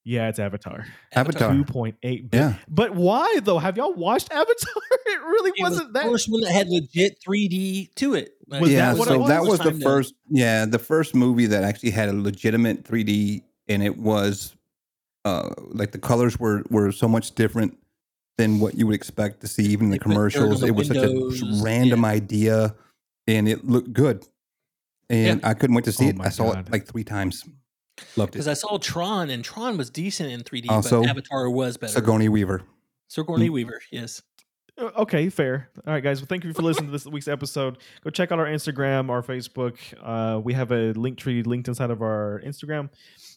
Speaker 1: Yeah, it's Avatar.
Speaker 3: Avatar.
Speaker 1: Two point eight billion.
Speaker 3: Yeah,
Speaker 1: But why though? Have y'all watched Avatar? It really
Speaker 2: It was
Speaker 1: wasn't
Speaker 2: the
Speaker 1: that.
Speaker 2: first one that had legit 3D to it. Like,
Speaker 1: Was
Speaker 3: yeah.
Speaker 1: that what it
Speaker 3: so
Speaker 1: was?
Speaker 3: that was the
Speaker 2: Time to-
Speaker 3: first. Yeah, the first movie that actually had a legitimate 3D, and it was, uh, like the colors were were so much different than what you would expect to see, even in the
Speaker 2: They put dirt on
Speaker 3: commercials.
Speaker 2: the
Speaker 3: it was such
Speaker 2: windows,
Speaker 3: a random idea, and it looked good, and I couldn't wait to see
Speaker 1: Oh
Speaker 3: it.
Speaker 1: my
Speaker 3: I saw
Speaker 1: God.
Speaker 3: it like three times. Loved
Speaker 2: Because
Speaker 3: it.
Speaker 2: I saw Tron and Tron was decent in 3D,
Speaker 3: Also,
Speaker 2: but Avatar was better.
Speaker 3: Sigourney Weaver.
Speaker 2: Sigourney Weaver, yes.
Speaker 1: Uh, Okay, fair. All right, guys. Well, thank you for listening to this week's episode. Go check out our Instagram, our Facebook. Uh, we have a link tree linked inside of our Instagram,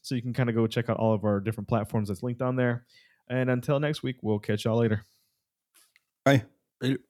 Speaker 1: so you can kind of go check out all of our different platforms that's linked on there. And until next week, we'll catch y'all later.
Speaker 3: Bye.
Speaker 2: Later.